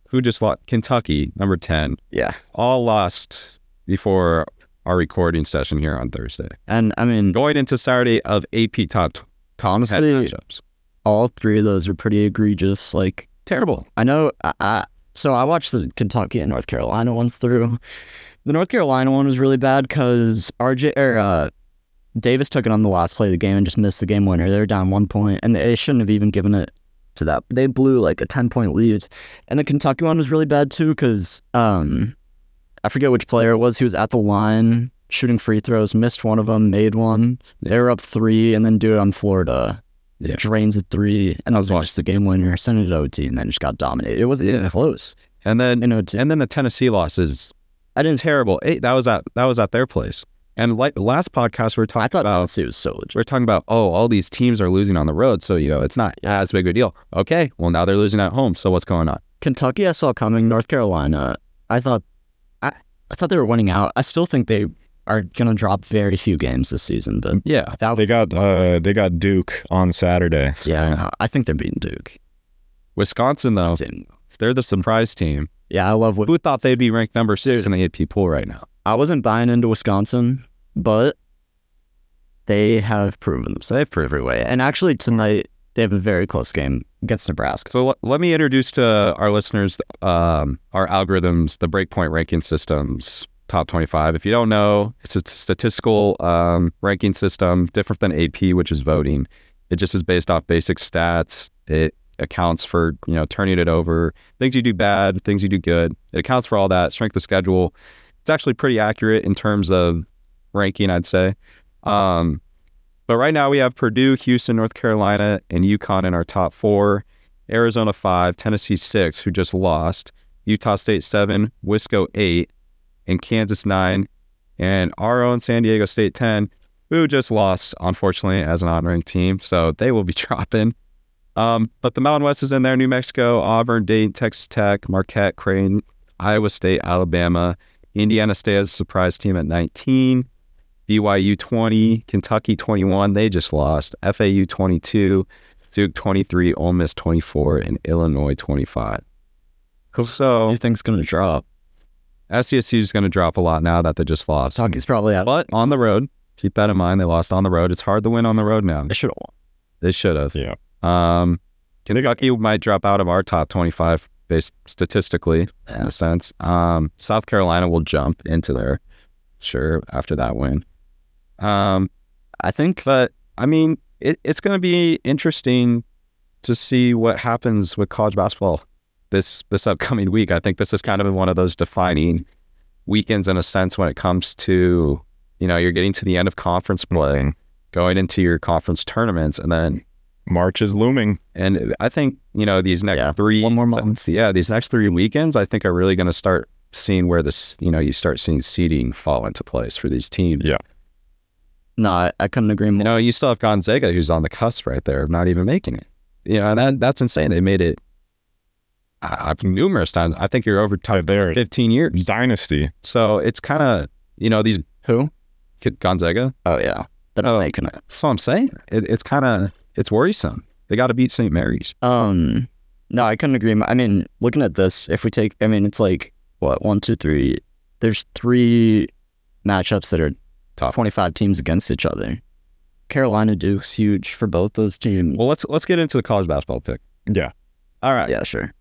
S1: who just lost? Kentucky number ten.
S3: Yeah.
S1: All lost before our recording session here on Thursday.
S3: And I mean,
S1: Going into Saturday of AP top t- top ten
S3: Honestly-
S1: matchups.
S3: all three of those are pretty egregious. Like,
S1: Terrible.
S3: I know. I, I so I watched the Kentucky and North Carolina ones through. The North Carolina one was really bad because RJ or uh, Davis took it on the last play of the game and just missed the game winner. They were down one point, and they shouldn't have even given it to that. They blew like a ten point lead, and the Kentucky one was really bad too because um, I forget which player it was. He was at the line shooting free throws, missed one of them, made one. They were up three, and then do it on Florida.
S1: Yeah.
S3: Drains a three, and I was watching the game winner, sent it to OT, and then just got dominated. It wasn't even close.
S1: And then
S3: In OT.
S1: and then the Tennessee loss is
S3: I didn't.
S1: terrible. Hey, that was at that was at their place. And like last podcast, we were
S3: I
S1: talking
S3: thought
S1: about
S3: Tennessee was so legit.
S1: we are talking about oh, all these teams are losing on the road, so you know it's not as big of a deal. Okay, well now they're losing at home, so what's going on?
S3: Kentucky, I saw coming. North Carolina, I thought, I, I thought they were winning out. I still think they are going to drop very few games this season, but
S1: Yeah,
S3: that
S2: they got uh, they got Duke on Saturday.
S3: yeah, I think they're beating Duke.
S1: Wisconsin though, they're the surprise team.
S3: Yeah, I love. Wis-
S1: Who thought they'd be ranked number six in the AP pool right now?
S3: I wasn't buying into Wisconsin, but they have proven themselves
S1: So they've proven.
S3: every way. And actually, tonight they have a very close game against Nebraska.
S1: So l- let me introduce to our listeners um, our algorithms, the breakpoint ranking systems, top 25. If you don't know, it's a statistical um, ranking system different than AP, which is voting. It just is based off basic stats. It accounts for, you know, turning it over, things you do bad, things you do good. It accounts for all that, strength of schedule. It's actually pretty accurate in terms of ranking, I'd say. Um, but right now we have Purdue, Houston, North Carolina, and UConn in our top four, Arizona five, Tennessee six, who just lost, Utah State seven, Wisco eight, and Kansas nine, and our own San Diego State 10, who just lost, unfortunately, as an honoring team. So they will be dropping. Um, but the Mountain West is in there New Mexico, Auburn, Dayton, Texas Tech, Marquette, Crane, Iowa State, Alabama, Indiana State as a surprise team at 19, BYU 20, Kentucky 21. They just lost. FAU 22, Duke 23, Ole Miss 24, and Illinois 25. So
S3: you think's going to drop?
S1: SDSU E is going to drop a lot now that they just lost.
S3: Kentucky's probably out.
S1: But on the road, keep that in mind. They lost on the road. It's hard to win on the road now.
S3: I should have won.
S1: They should have.
S2: Yeah.
S1: Um, Kentucky might drop out of our top 25 based statistically in
S3: Yeah.
S1: a sense. Um, South Carolina will jump into there, sure, after that win. Um,
S3: I think
S1: but I mean, it, it's going to be interesting to see what happens with college basketball this this upcoming week. I think this is kind of one of those defining weekends in a sense when it comes to you know you're getting to the end of conference play, going into your conference tournaments, and then
S2: March is looming.
S1: and I think you know these next
S3: Yeah.
S1: three
S3: one more month.
S1: yeah these next three weekends I think are really going to start seeing where this you know you start seeing seeding fall into place for these teams.
S2: Yeah.
S3: No, I, I couldn't agree
S1: You
S3: more.
S1: know, you still have Gonzaga who's on the cusp right there of not even making it. You know, and that, that's insane. They made it I, I, numerous times. I think you're over
S2: Uh,
S1: top
S2: They're
S1: 15 years.
S2: dynasty.
S1: So it's kind of, you know, these
S3: Who?
S1: Kid- Gonzaga.
S3: Oh yeah, they're not
S1: Oh.
S3: making it.
S1: That's what I'm saying. It, it's kind of, it's worrisome. They got to beat St. Mary's.
S3: Um, no, I couldn't agree. More. I mean, looking at this, if we take, I mean, it's like what one, two, three. There's three matchups that are
S1: Tough.
S3: 25 teams against each other. Carolina Duke's huge for both those teams.
S1: Well, let's let's get into the college basketball pick.
S2: Yeah.
S1: All right.
S3: yeah, sure.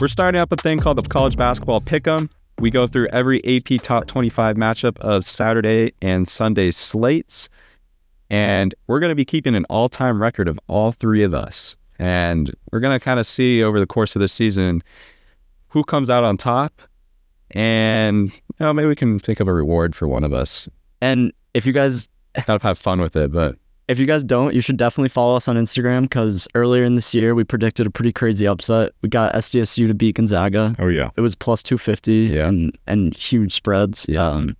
S1: We're starting up a thing called the College Basketball Pick'em. We go through every AP Top 25 matchup of Saturday and Sunday slates, and we're going to be keeping an all-time record of all three of us. And we're going to kind of see over the course of the season who comes out on top, and you know, maybe we can think of a reward for one of us.
S3: And if you guys
S1: Kind of have fun with it, but
S3: if you guys don't, you should definitely follow us on Instagram because earlier in this year we predicted a pretty crazy upset. We got SDSU to beat Gonzaga.
S2: Oh yeah.
S3: It was plus 250
S1: Yeah.
S3: and and huge spreads.
S1: Yeah.
S3: Um,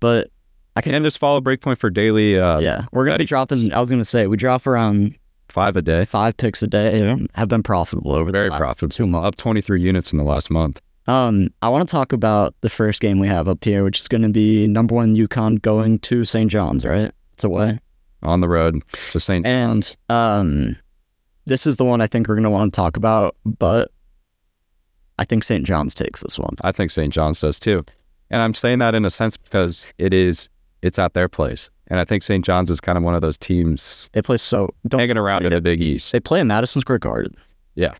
S3: but
S1: and just follow Breakpoint for daily uh,
S3: yeah, we're gonna be dropping. I was gonna say we drop around
S1: five a day,
S3: five picks a day and have been profitable over
S1: Very
S3: the last
S1: profitable.
S3: two
S1: up
S3: months.
S1: 23 units in the last month.
S3: Um, I want to talk about the first game we have up here, which is going to be number one UConn going to St. John's. Right, it's away,
S1: on the road to St.
S3: and um, this is the one I think we're going to want to talk about, but. I think St. John's takes this one.
S1: I think St. John's does too. And I'm saying that in a sense because it is it's at their place. And I think St. John's is kind of one of those teams
S3: They play so don't
S1: hanging around in the Big East.
S3: they play in Madison Square Garden.
S1: Yeah.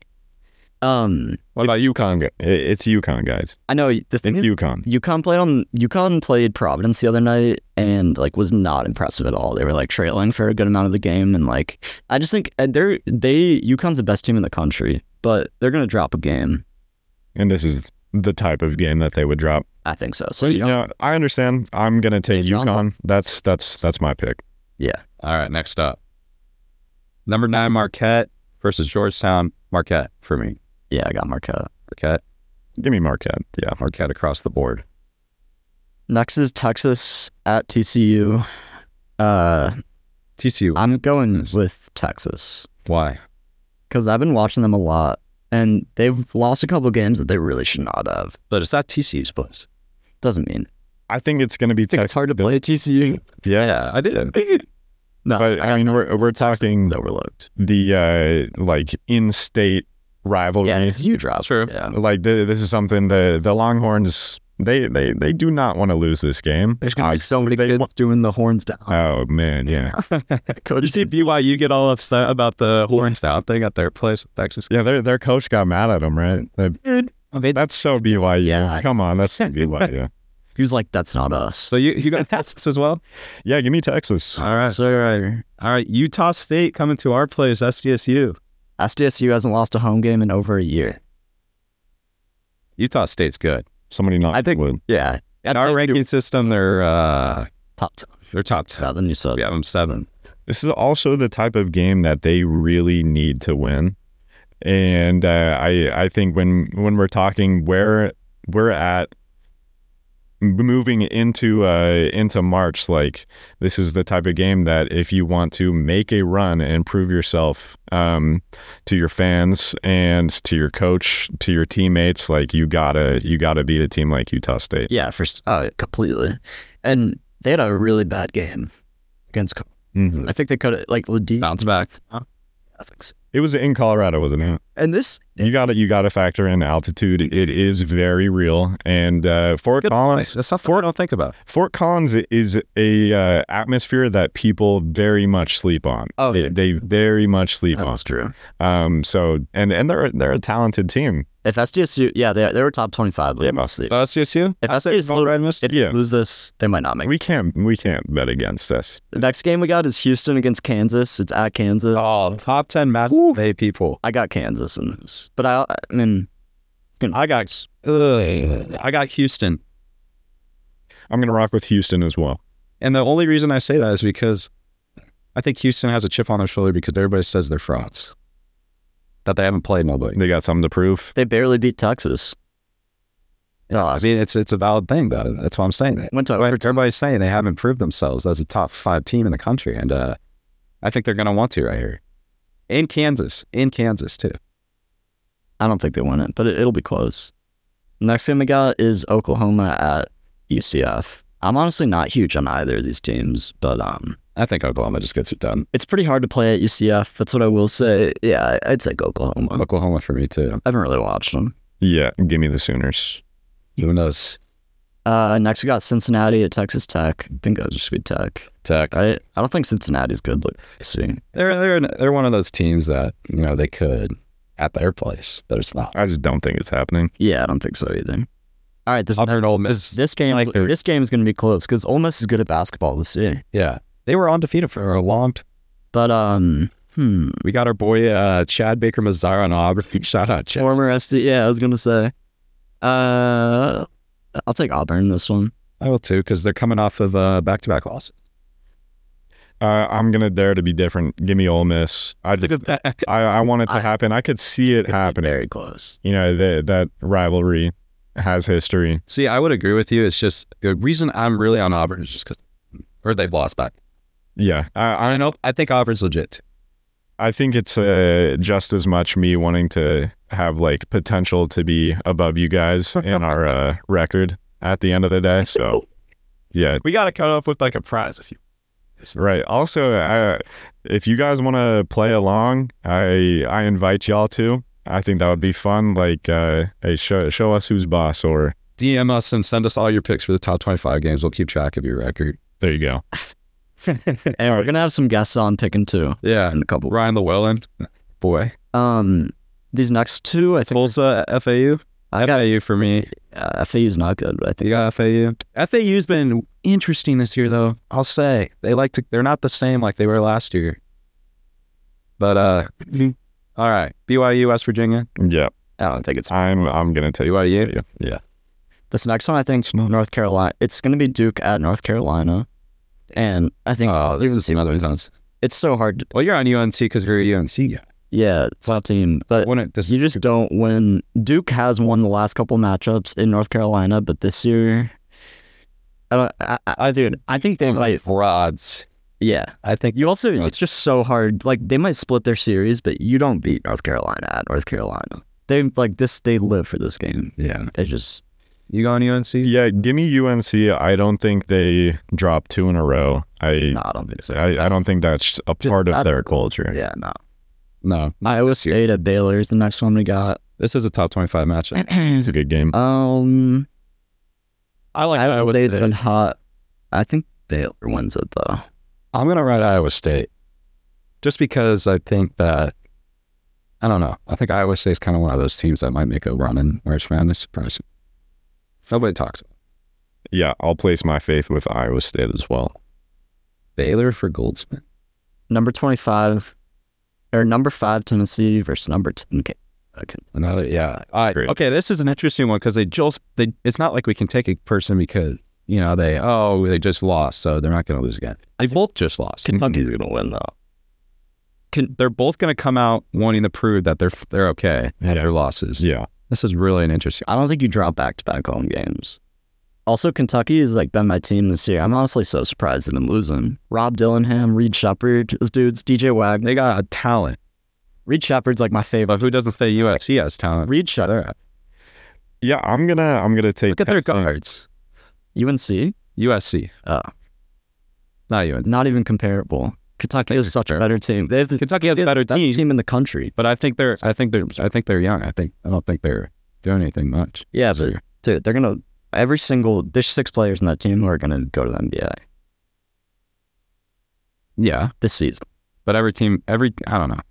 S3: Um,
S2: What about UConn? gu- i- It's UConn guys.
S3: I know the thing
S2: Think
S3: is,
S2: UConn.
S3: UConn played on UConn played Providence the other night and like was not impressive at all. They were like trailing for a good amount of the game and like I just think uh, they're they UConn's the best team in the country, but they're gonna drop a game.
S2: And this is the type of game that they would drop.
S3: I think so. So
S2: You
S3: yeah,
S2: know, I understand. I'm gonna take
S3: John.
S2: UConn. That's that's that's my pick.
S1: All right, next up. Number nine Marquette versus Georgetown. Marquette for me.
S3: yeah, I got Marquette.
S1: Marquette.
S2: Give me Marquette. Yeah.
S1: Marquette across the board.
S3: Next is Texas at TCU. Uh,
S1: TCU.
S3: I'm going with Texas
S1: Why?
S3: because I've been watching them a lot and they've lost a couple games that they really should not have.
S1: But it's not TCU's place.
S3: Doesn't mean
S2: I think it's gonna be Texas.
S3: it's hard to play TCU.
S2: Yeah.
S1: Yeah, I did.
S3: No,
S2: But I mean, we're we're talking
S3: it's overlooked.
S2: the uh like in-state rivalry.
S3: Yeah, and it's a huge route.
S1: True.
S3: Yeah.
S2: Like th this is something the the Longhorns they they they do not want to lose this game.
S3: There's gonna
S2: I-
S3: be so many
S2: they
S3: kids
S2: wa-
S3: doing the horns down.
S2: oh man, yeah,
S1: Did you see BYU get all upset about the Horns down thing at their place, Texas?
S2: yeah. Their their coach got mad at them, right? They-
S3: I mean,
S2: That's so BYU.
S3: Yeah.
S2: Come on, that's E. so BYU.
S3: he was like, "That's not us."
S1: So you you got Texas as well.
S2: yeah, give me Texas.
S1: All right,
S3: So uh, right.
S1: all right. Utah State coming to our place, SDSU.
S3: SDSU hasn't lost a home game in over a year.
S1: Utah State's good.
S2: Somebody not.
S3: I think-
S2: would.
S3: Yeah,
S1: In our ranking system, they're uh,
S3: top
S1: they're top ten.
S3: seven. You said
S1: We have them seven.
S2: This is also the type of game that they really need to win, and uh, I I think when when we're talking where we're at moving into uh into March like this is the type of game that if you want to make a run and prove yourself um to your fans and to your coach to your teammates like you gotta you gotta beat a team like Utah State
S3: yeah, for s- uh, completely. And they had a really bad game against. Col- I think they could have like Ladie.
S1: Bounce back.
S3: I think so.
S2: it was in Colorado wasn't it
S3: And this
S2: You got to you got to factor in altitude. It is very real, and uh, Fort Collins,
S1: That's stuff I don't think about.
S2: Fort Collins is a uh, atmosphere that people very much sleep on.
S3: Oh,
S2: they,
S3: yeah.
S2: they very much sleep
S3: that's true.
S2: on. Um, so and and they're they're a talented team.
S3: If SDSU, yeah, they, they were top twenty-five. Yeah, mostly.
S1: Uh, SDSU.
S3: If
S1: Colorado
S3: SDSU
S1: missed.
S3: if
S2: Yeah.
S3: lose this, they might not make. it.
S2: We can't we can't bet against this.
S3: The next game we got is Houston against Kansas. It's at Kansas.
S1: Oh, top ten match day people.
S3: I got Kansas in this, but I, I mean,
S1: I got ugh, I got Houston,
S2: I'm gonna rock with Houston as well.
S1: and the only reason I say that is because I think Houston has a chip on their shoulder because everybody says they're frauds, that they haven't played nobody.
S2: They got something to prove.
S3: they barely beat Texas. Yeah,
S1: I mean, it's it's a valid thing though. That's why I'm saying that.
S3: went to
S1: Like, Everybody's saying they haven't proved themselves as a top five team in the country, and uh, I think they're going to want to right here in Kansas, in Kansas too.
S3: I don't think they win it, but it, it'll be close. Next game we got is Oklahoma at UCF. I'm honestly not huge on either of these teams, but um,
S1: I think Oklahoma just gets it done.
S3: it's pretty hard to play at UCF. That's what I will say. Yeah, I- I'd take Oklahoma.
S1: Oklahoma for me too.
S3: I haven't really watched them.
S2: Yeah, give me the Sooners.
S1: Who knows?
S3: Uh, next we got Cincinnati at Texas Tech. I think that'll just be Tech.
S1: Tech.
S3: I I don't think Cincinnati's good. But see,
S1: They're they're they're one of those teams that you know they could at their place, but it's not.
S2: I just don't think it's happening.
S3: yeah, I don't think so either. All right, this
S1: Auburn, Ole Miss.
S3: this game
S1: like they're-
S3: this game is going to be close because Ole Miss is good at basketball this year.
S1: Yeah, they were undefeated for a long. time.
S3: But um, hmm,
S1: We got our boy uh, Chad Baker Mazzara on Auburn. Shout out Chad.
S3: Former SD. Yeah, I was gonna say. Uh, I'll take Auburn in this one.
S1: I will too because they're coming off of uh, back-to-back losses.
S2: Uh, I'm gonna dare to be different. Give me Ole Miss. I just, I, I want it to
S3: I-
S2: happen. I could see it happening.
S3: Very close.
S2: you know that that rivalry has history.
S1: See, I would agree with you. It's just the reason I'm really on Auburn is just because, or they've lost back.
S2: Yeah, I
S1: I
S2: I,
S1: know. I think Auburn's legit.
S2: I think it's uh, just as much me wanting to have like potential to be above you guys in our uh, record at the end of the day. So yeah,
S1: We got to cut off with like a prize if you.
S2: right. Also, I, if you guys want to play along, I I invite y'all to. I think that would be fun. Like, uh, hey, show show us who's boss, or
S1: DM us and send us all your picks for the top 25 games. We'll keep track of your record.
S2: there you go.
S3: And we're gonna have some guests on picking two
S1: Yeah.
S3: in a couple.
S1: Ryan Llewellyn. Boy.
S3: Um, these next two, I think.
S1: Tulsa, FAU.
S3: I got
S1: FAU for me.
S3: uh, FAU's not good, but I
S1: You
S3: think
S1: got FAU. FAU's been interesting this year, though. I'll say they like to. They're not the same like they were last year. But uh, all right. BYU, West Virginia.
S2: Yeah,
S3: I don't think it's
S2: I'm I'm gonna take
S1: BYU.
S2: Yeah,
S3: this next one. I think North Carolina. It's gonna be Duke at North Carolina, and I think uh,
S1: Oh,
S3: there's
S1: there's the same other ones.
S3: it's so hard. To,
S1: Well, you're on UNC because you're a UNC guy.
S3: yeah, it's my team, but
S1: Wouldn't it, does
S3: you just don't win. Duke has won the last couple matchups in North Carolina, but this year, I don't. I, I, I dude, I think they might.
S1: rods.
S3: Yeah,
S1: I think
S3: you also. It's just so hard. Like they might split their series, but you don't beat North Carolina at North Carolina. They like this. They live for this game.
S1: Yeah.
S3: They just.
S1: You on UNC?
S2: Yeah, give me UNC. I don't think they dropped two in a row. I
S3: No, I don't think so.
S2: I, I don't think that's a part of their culture.
S3: Yeah, no.
S1: No.
S3: Iowa State at Baylor is the next one we got.
S1: This is a top 25 matchup.
S2: It's a good game.
S3: um,
S1: I like
S3: Iowa State's been hot. I think Baylor wins it though.
S1: I'm going to ride Iowa State just because I think that I don't know. I think Iowa State's kind of one of those teams that might make a run in March Madness. Surprising. Nobody talks about
S2: Yeah, I'll place my faith with Iowa State as well.
S1: Baylor for Goldsmith.
S3: Number 25 or number 5 Tennessee versus number 10 K- uh, K-
S1: Another, yeah. I,
S2: Great.
S1: okay, this is an interesting one because they just they. It's not like we can take a person because you know they oh they just lost, so they're not going to lose again. They both just lost.
S4: Kentucky's going to win, though.
S1: They're both going to come out wanting to prove that they're they're okay at their losses.
S2: Yeah.
S1: This is really an interesting.
S3: I don't think you drop back to back home games. Also, Kentucky has like been my team this year. I'm honestly so surprised they've been losing. Rob Dillingham, Reed Shepard, those dudes, DJ Wagner.
S1: They got a talent,
S3: Reed Shepard's like my favorite.
S1: but who doesn't say USC has talent?
S3: Reed Shepard,
S1: They're-
S2: Yeah, I'm gonna I'm gonna take
S1: Look at their
S2: Tennessee.
S1: guards.
S3: UNC,
S1: USC,
S3: uh,
S1: not UNC.
S3: not even comparable. Kentucky is such a better team. They have the
S1: Kentucky has a better
S3: best
S1: team,
S3: team in the country.
S1: but I think they're I think they're I think they're young. I think I don't think they're doing anything much.
S3: Yeah,
S1: So
S3: but dude, they're gonna every single there's six players in that team who are gonna go to the NBA
S1: yeah,
S3: this season.
S1: but every team, every I don't know.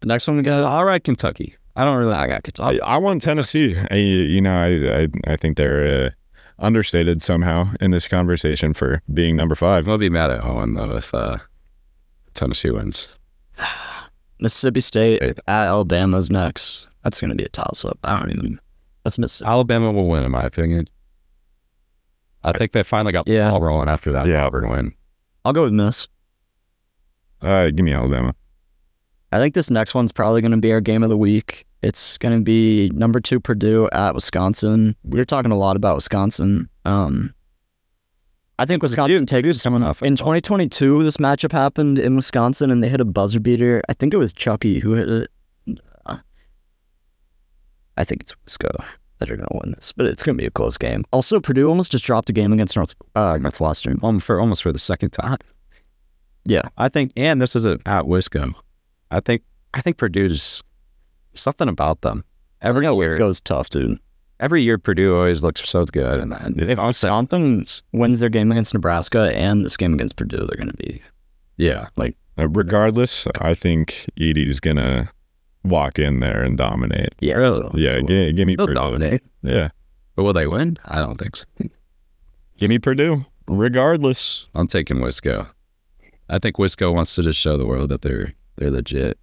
S3: The next one we got,
S1: All right, Kentucky. I don't really. I got
S2: I,
S1: Kentucky.
S2: I want Tennessee. I, you know, I, I I think they're uh, understated somehow in this conversation for being number five.
S1: I'll be mad at Owen though if uh, Tennessee wins.
S3: Mississippi State
S1: Hey.
S3: at Alabama's next. That's gonna be a toss up. I don't even. That's Mississippi.
S1: Alabama will win, in my opinion. I think they finally got
S3: Yeah.
S1: the ball rolling after that
S2: Yeah.
S1: Auburn win.
S3: I'll go with Miss.
S2: Uh, give me Alabama.
S3: I think this next one's probably going to be our game of the week. It's going to be number two Purdue at Wisconsin. We were talking a lot about Wisconsin. Um, I think Wisconsin takes
S1: coming off.
S3: in 2022. This matchup happened in Wisconsin, and they hit a buzzer beater. I think it was Chucky who hit it. I think it's Wisco that are going to win this, but it's going to be a close game. Also, Purdue almost just dropped a game against North uh, Northwestern.
S1: um, for almost for the second time.
S3: Yeah.
S1: I think, and this is a, at Wisco. I think I think Purdue's something about them. Every
S3: It
S1: year,
S3: goes tough, dude.
S1: every year Purdue always looks so good, and then they've on something's
S3: Wins their game against Nebraska and this game against Purdue, they're going to be
S1: yeah.
S2: Uh, regardless, I think Edie's gonna walk in there and dominate.
S3: yeah.
S2: Yeah, give, give me
S3: They'll
S2: Purdue.
S3: dominate.
S2: Yeah,
S1: But will they win? I don't think so.
S2: give me Purdue. Regardless,
S1: I'm taking Wisco. I think Wisco wants to just show the world that they're they're legit.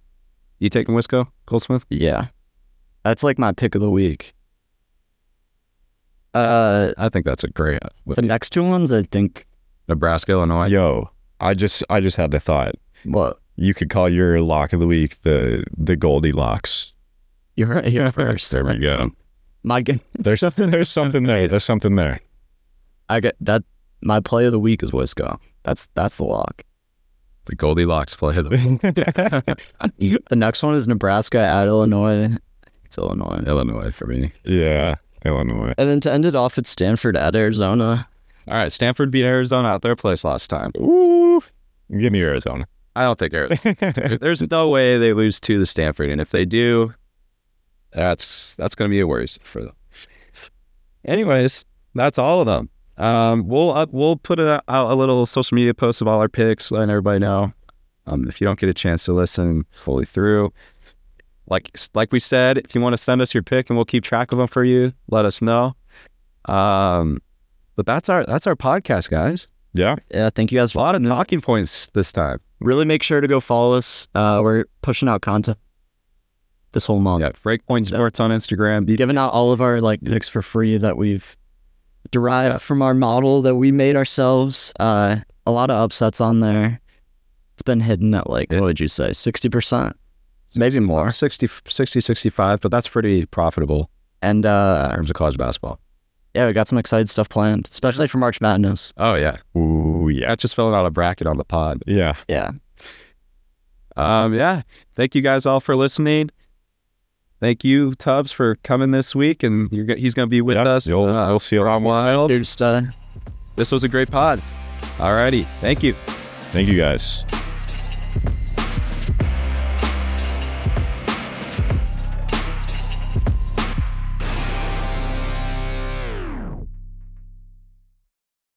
S1: You taking Wisco, Goldsmith?
S3: Yeah. That's like my pick of the week. Uh
S1: I think that's a great
S3: the next two ones I think
S1: Nebraska, Illinois.
S2: yo, I just I just had the thought.
S3: what
S2: You could call your lock of the week the the Goldilocks.
S3: you heard it here first.
S2: There we go.
S3: My g-
S2: There's something. There's something there. There's something there.
S3: I get that my play of the week is Wisco. That's that's the lock.
S1: The Goldilocks play of the
S3: The next one is Nebraska at Illinois. It's Illinois.
S1: Illinois for me.
S2: yeah, Illinois.
S3: And then to end it off it's Stanford at Arizona.
S1: All right, Stanford beat Arizona at their place last time.
S2: Ooh, give me Arizona.
S1: I don't think Arizona. There's no way they lose to the Stanford, and if they do, that's that's going to be a worries for them. Anyways, that's all of them. Um, we'll up, we'll put a, out a little social media post of all our picks, letting everybody know. Um, if you don't get a chance to listen fully through, like like we said, if you want to send us your pick and we'll keep track of them for you, let us know. Um, but that's our that's our podcast, guys.
S2: yeah,
S3: Yeah, thank you guys
S1: A
S3: for
S1: lot of knocking points this time.
S3: really make sure to go follow us. Uh we're pushing out content this whole month.
S1: Oh, Yeah, Breakpoint Sports on Instagram. The
S3: given out all of our like picks for free that we've derived from our model that we made ourselves. Uh, a lot of upsets on there. It's been hidden at like what would you say, sixty percent, maybe more.
S1: 60, 60, 65, but that's pretty profitable
S3: And
S1: in
S3: uh,
S1: terms of college basketball.
S3: yeah, we got some exciting stuff planned, especially for March Madness.
S1: Oh, yeah.
S2: ooh,
S1: Yeah,
S2: yeah,
S1: just filling out a bracket on the pod.
S2: yeah.
S3: Yeah,
S1: Um, yeah. Thank you guys all for listening. Thank you, Tubbs, for coming this week, and you're, go- he's going to be with
S2: Yeah,
S1: us.
S2: you'll-
S1: uh,
S2: you'll see you
S1: Ron Wild.
S3: dude, uh, stud.
S1: This was a great pod. All righty. Thank you.
S2: Thank you guys.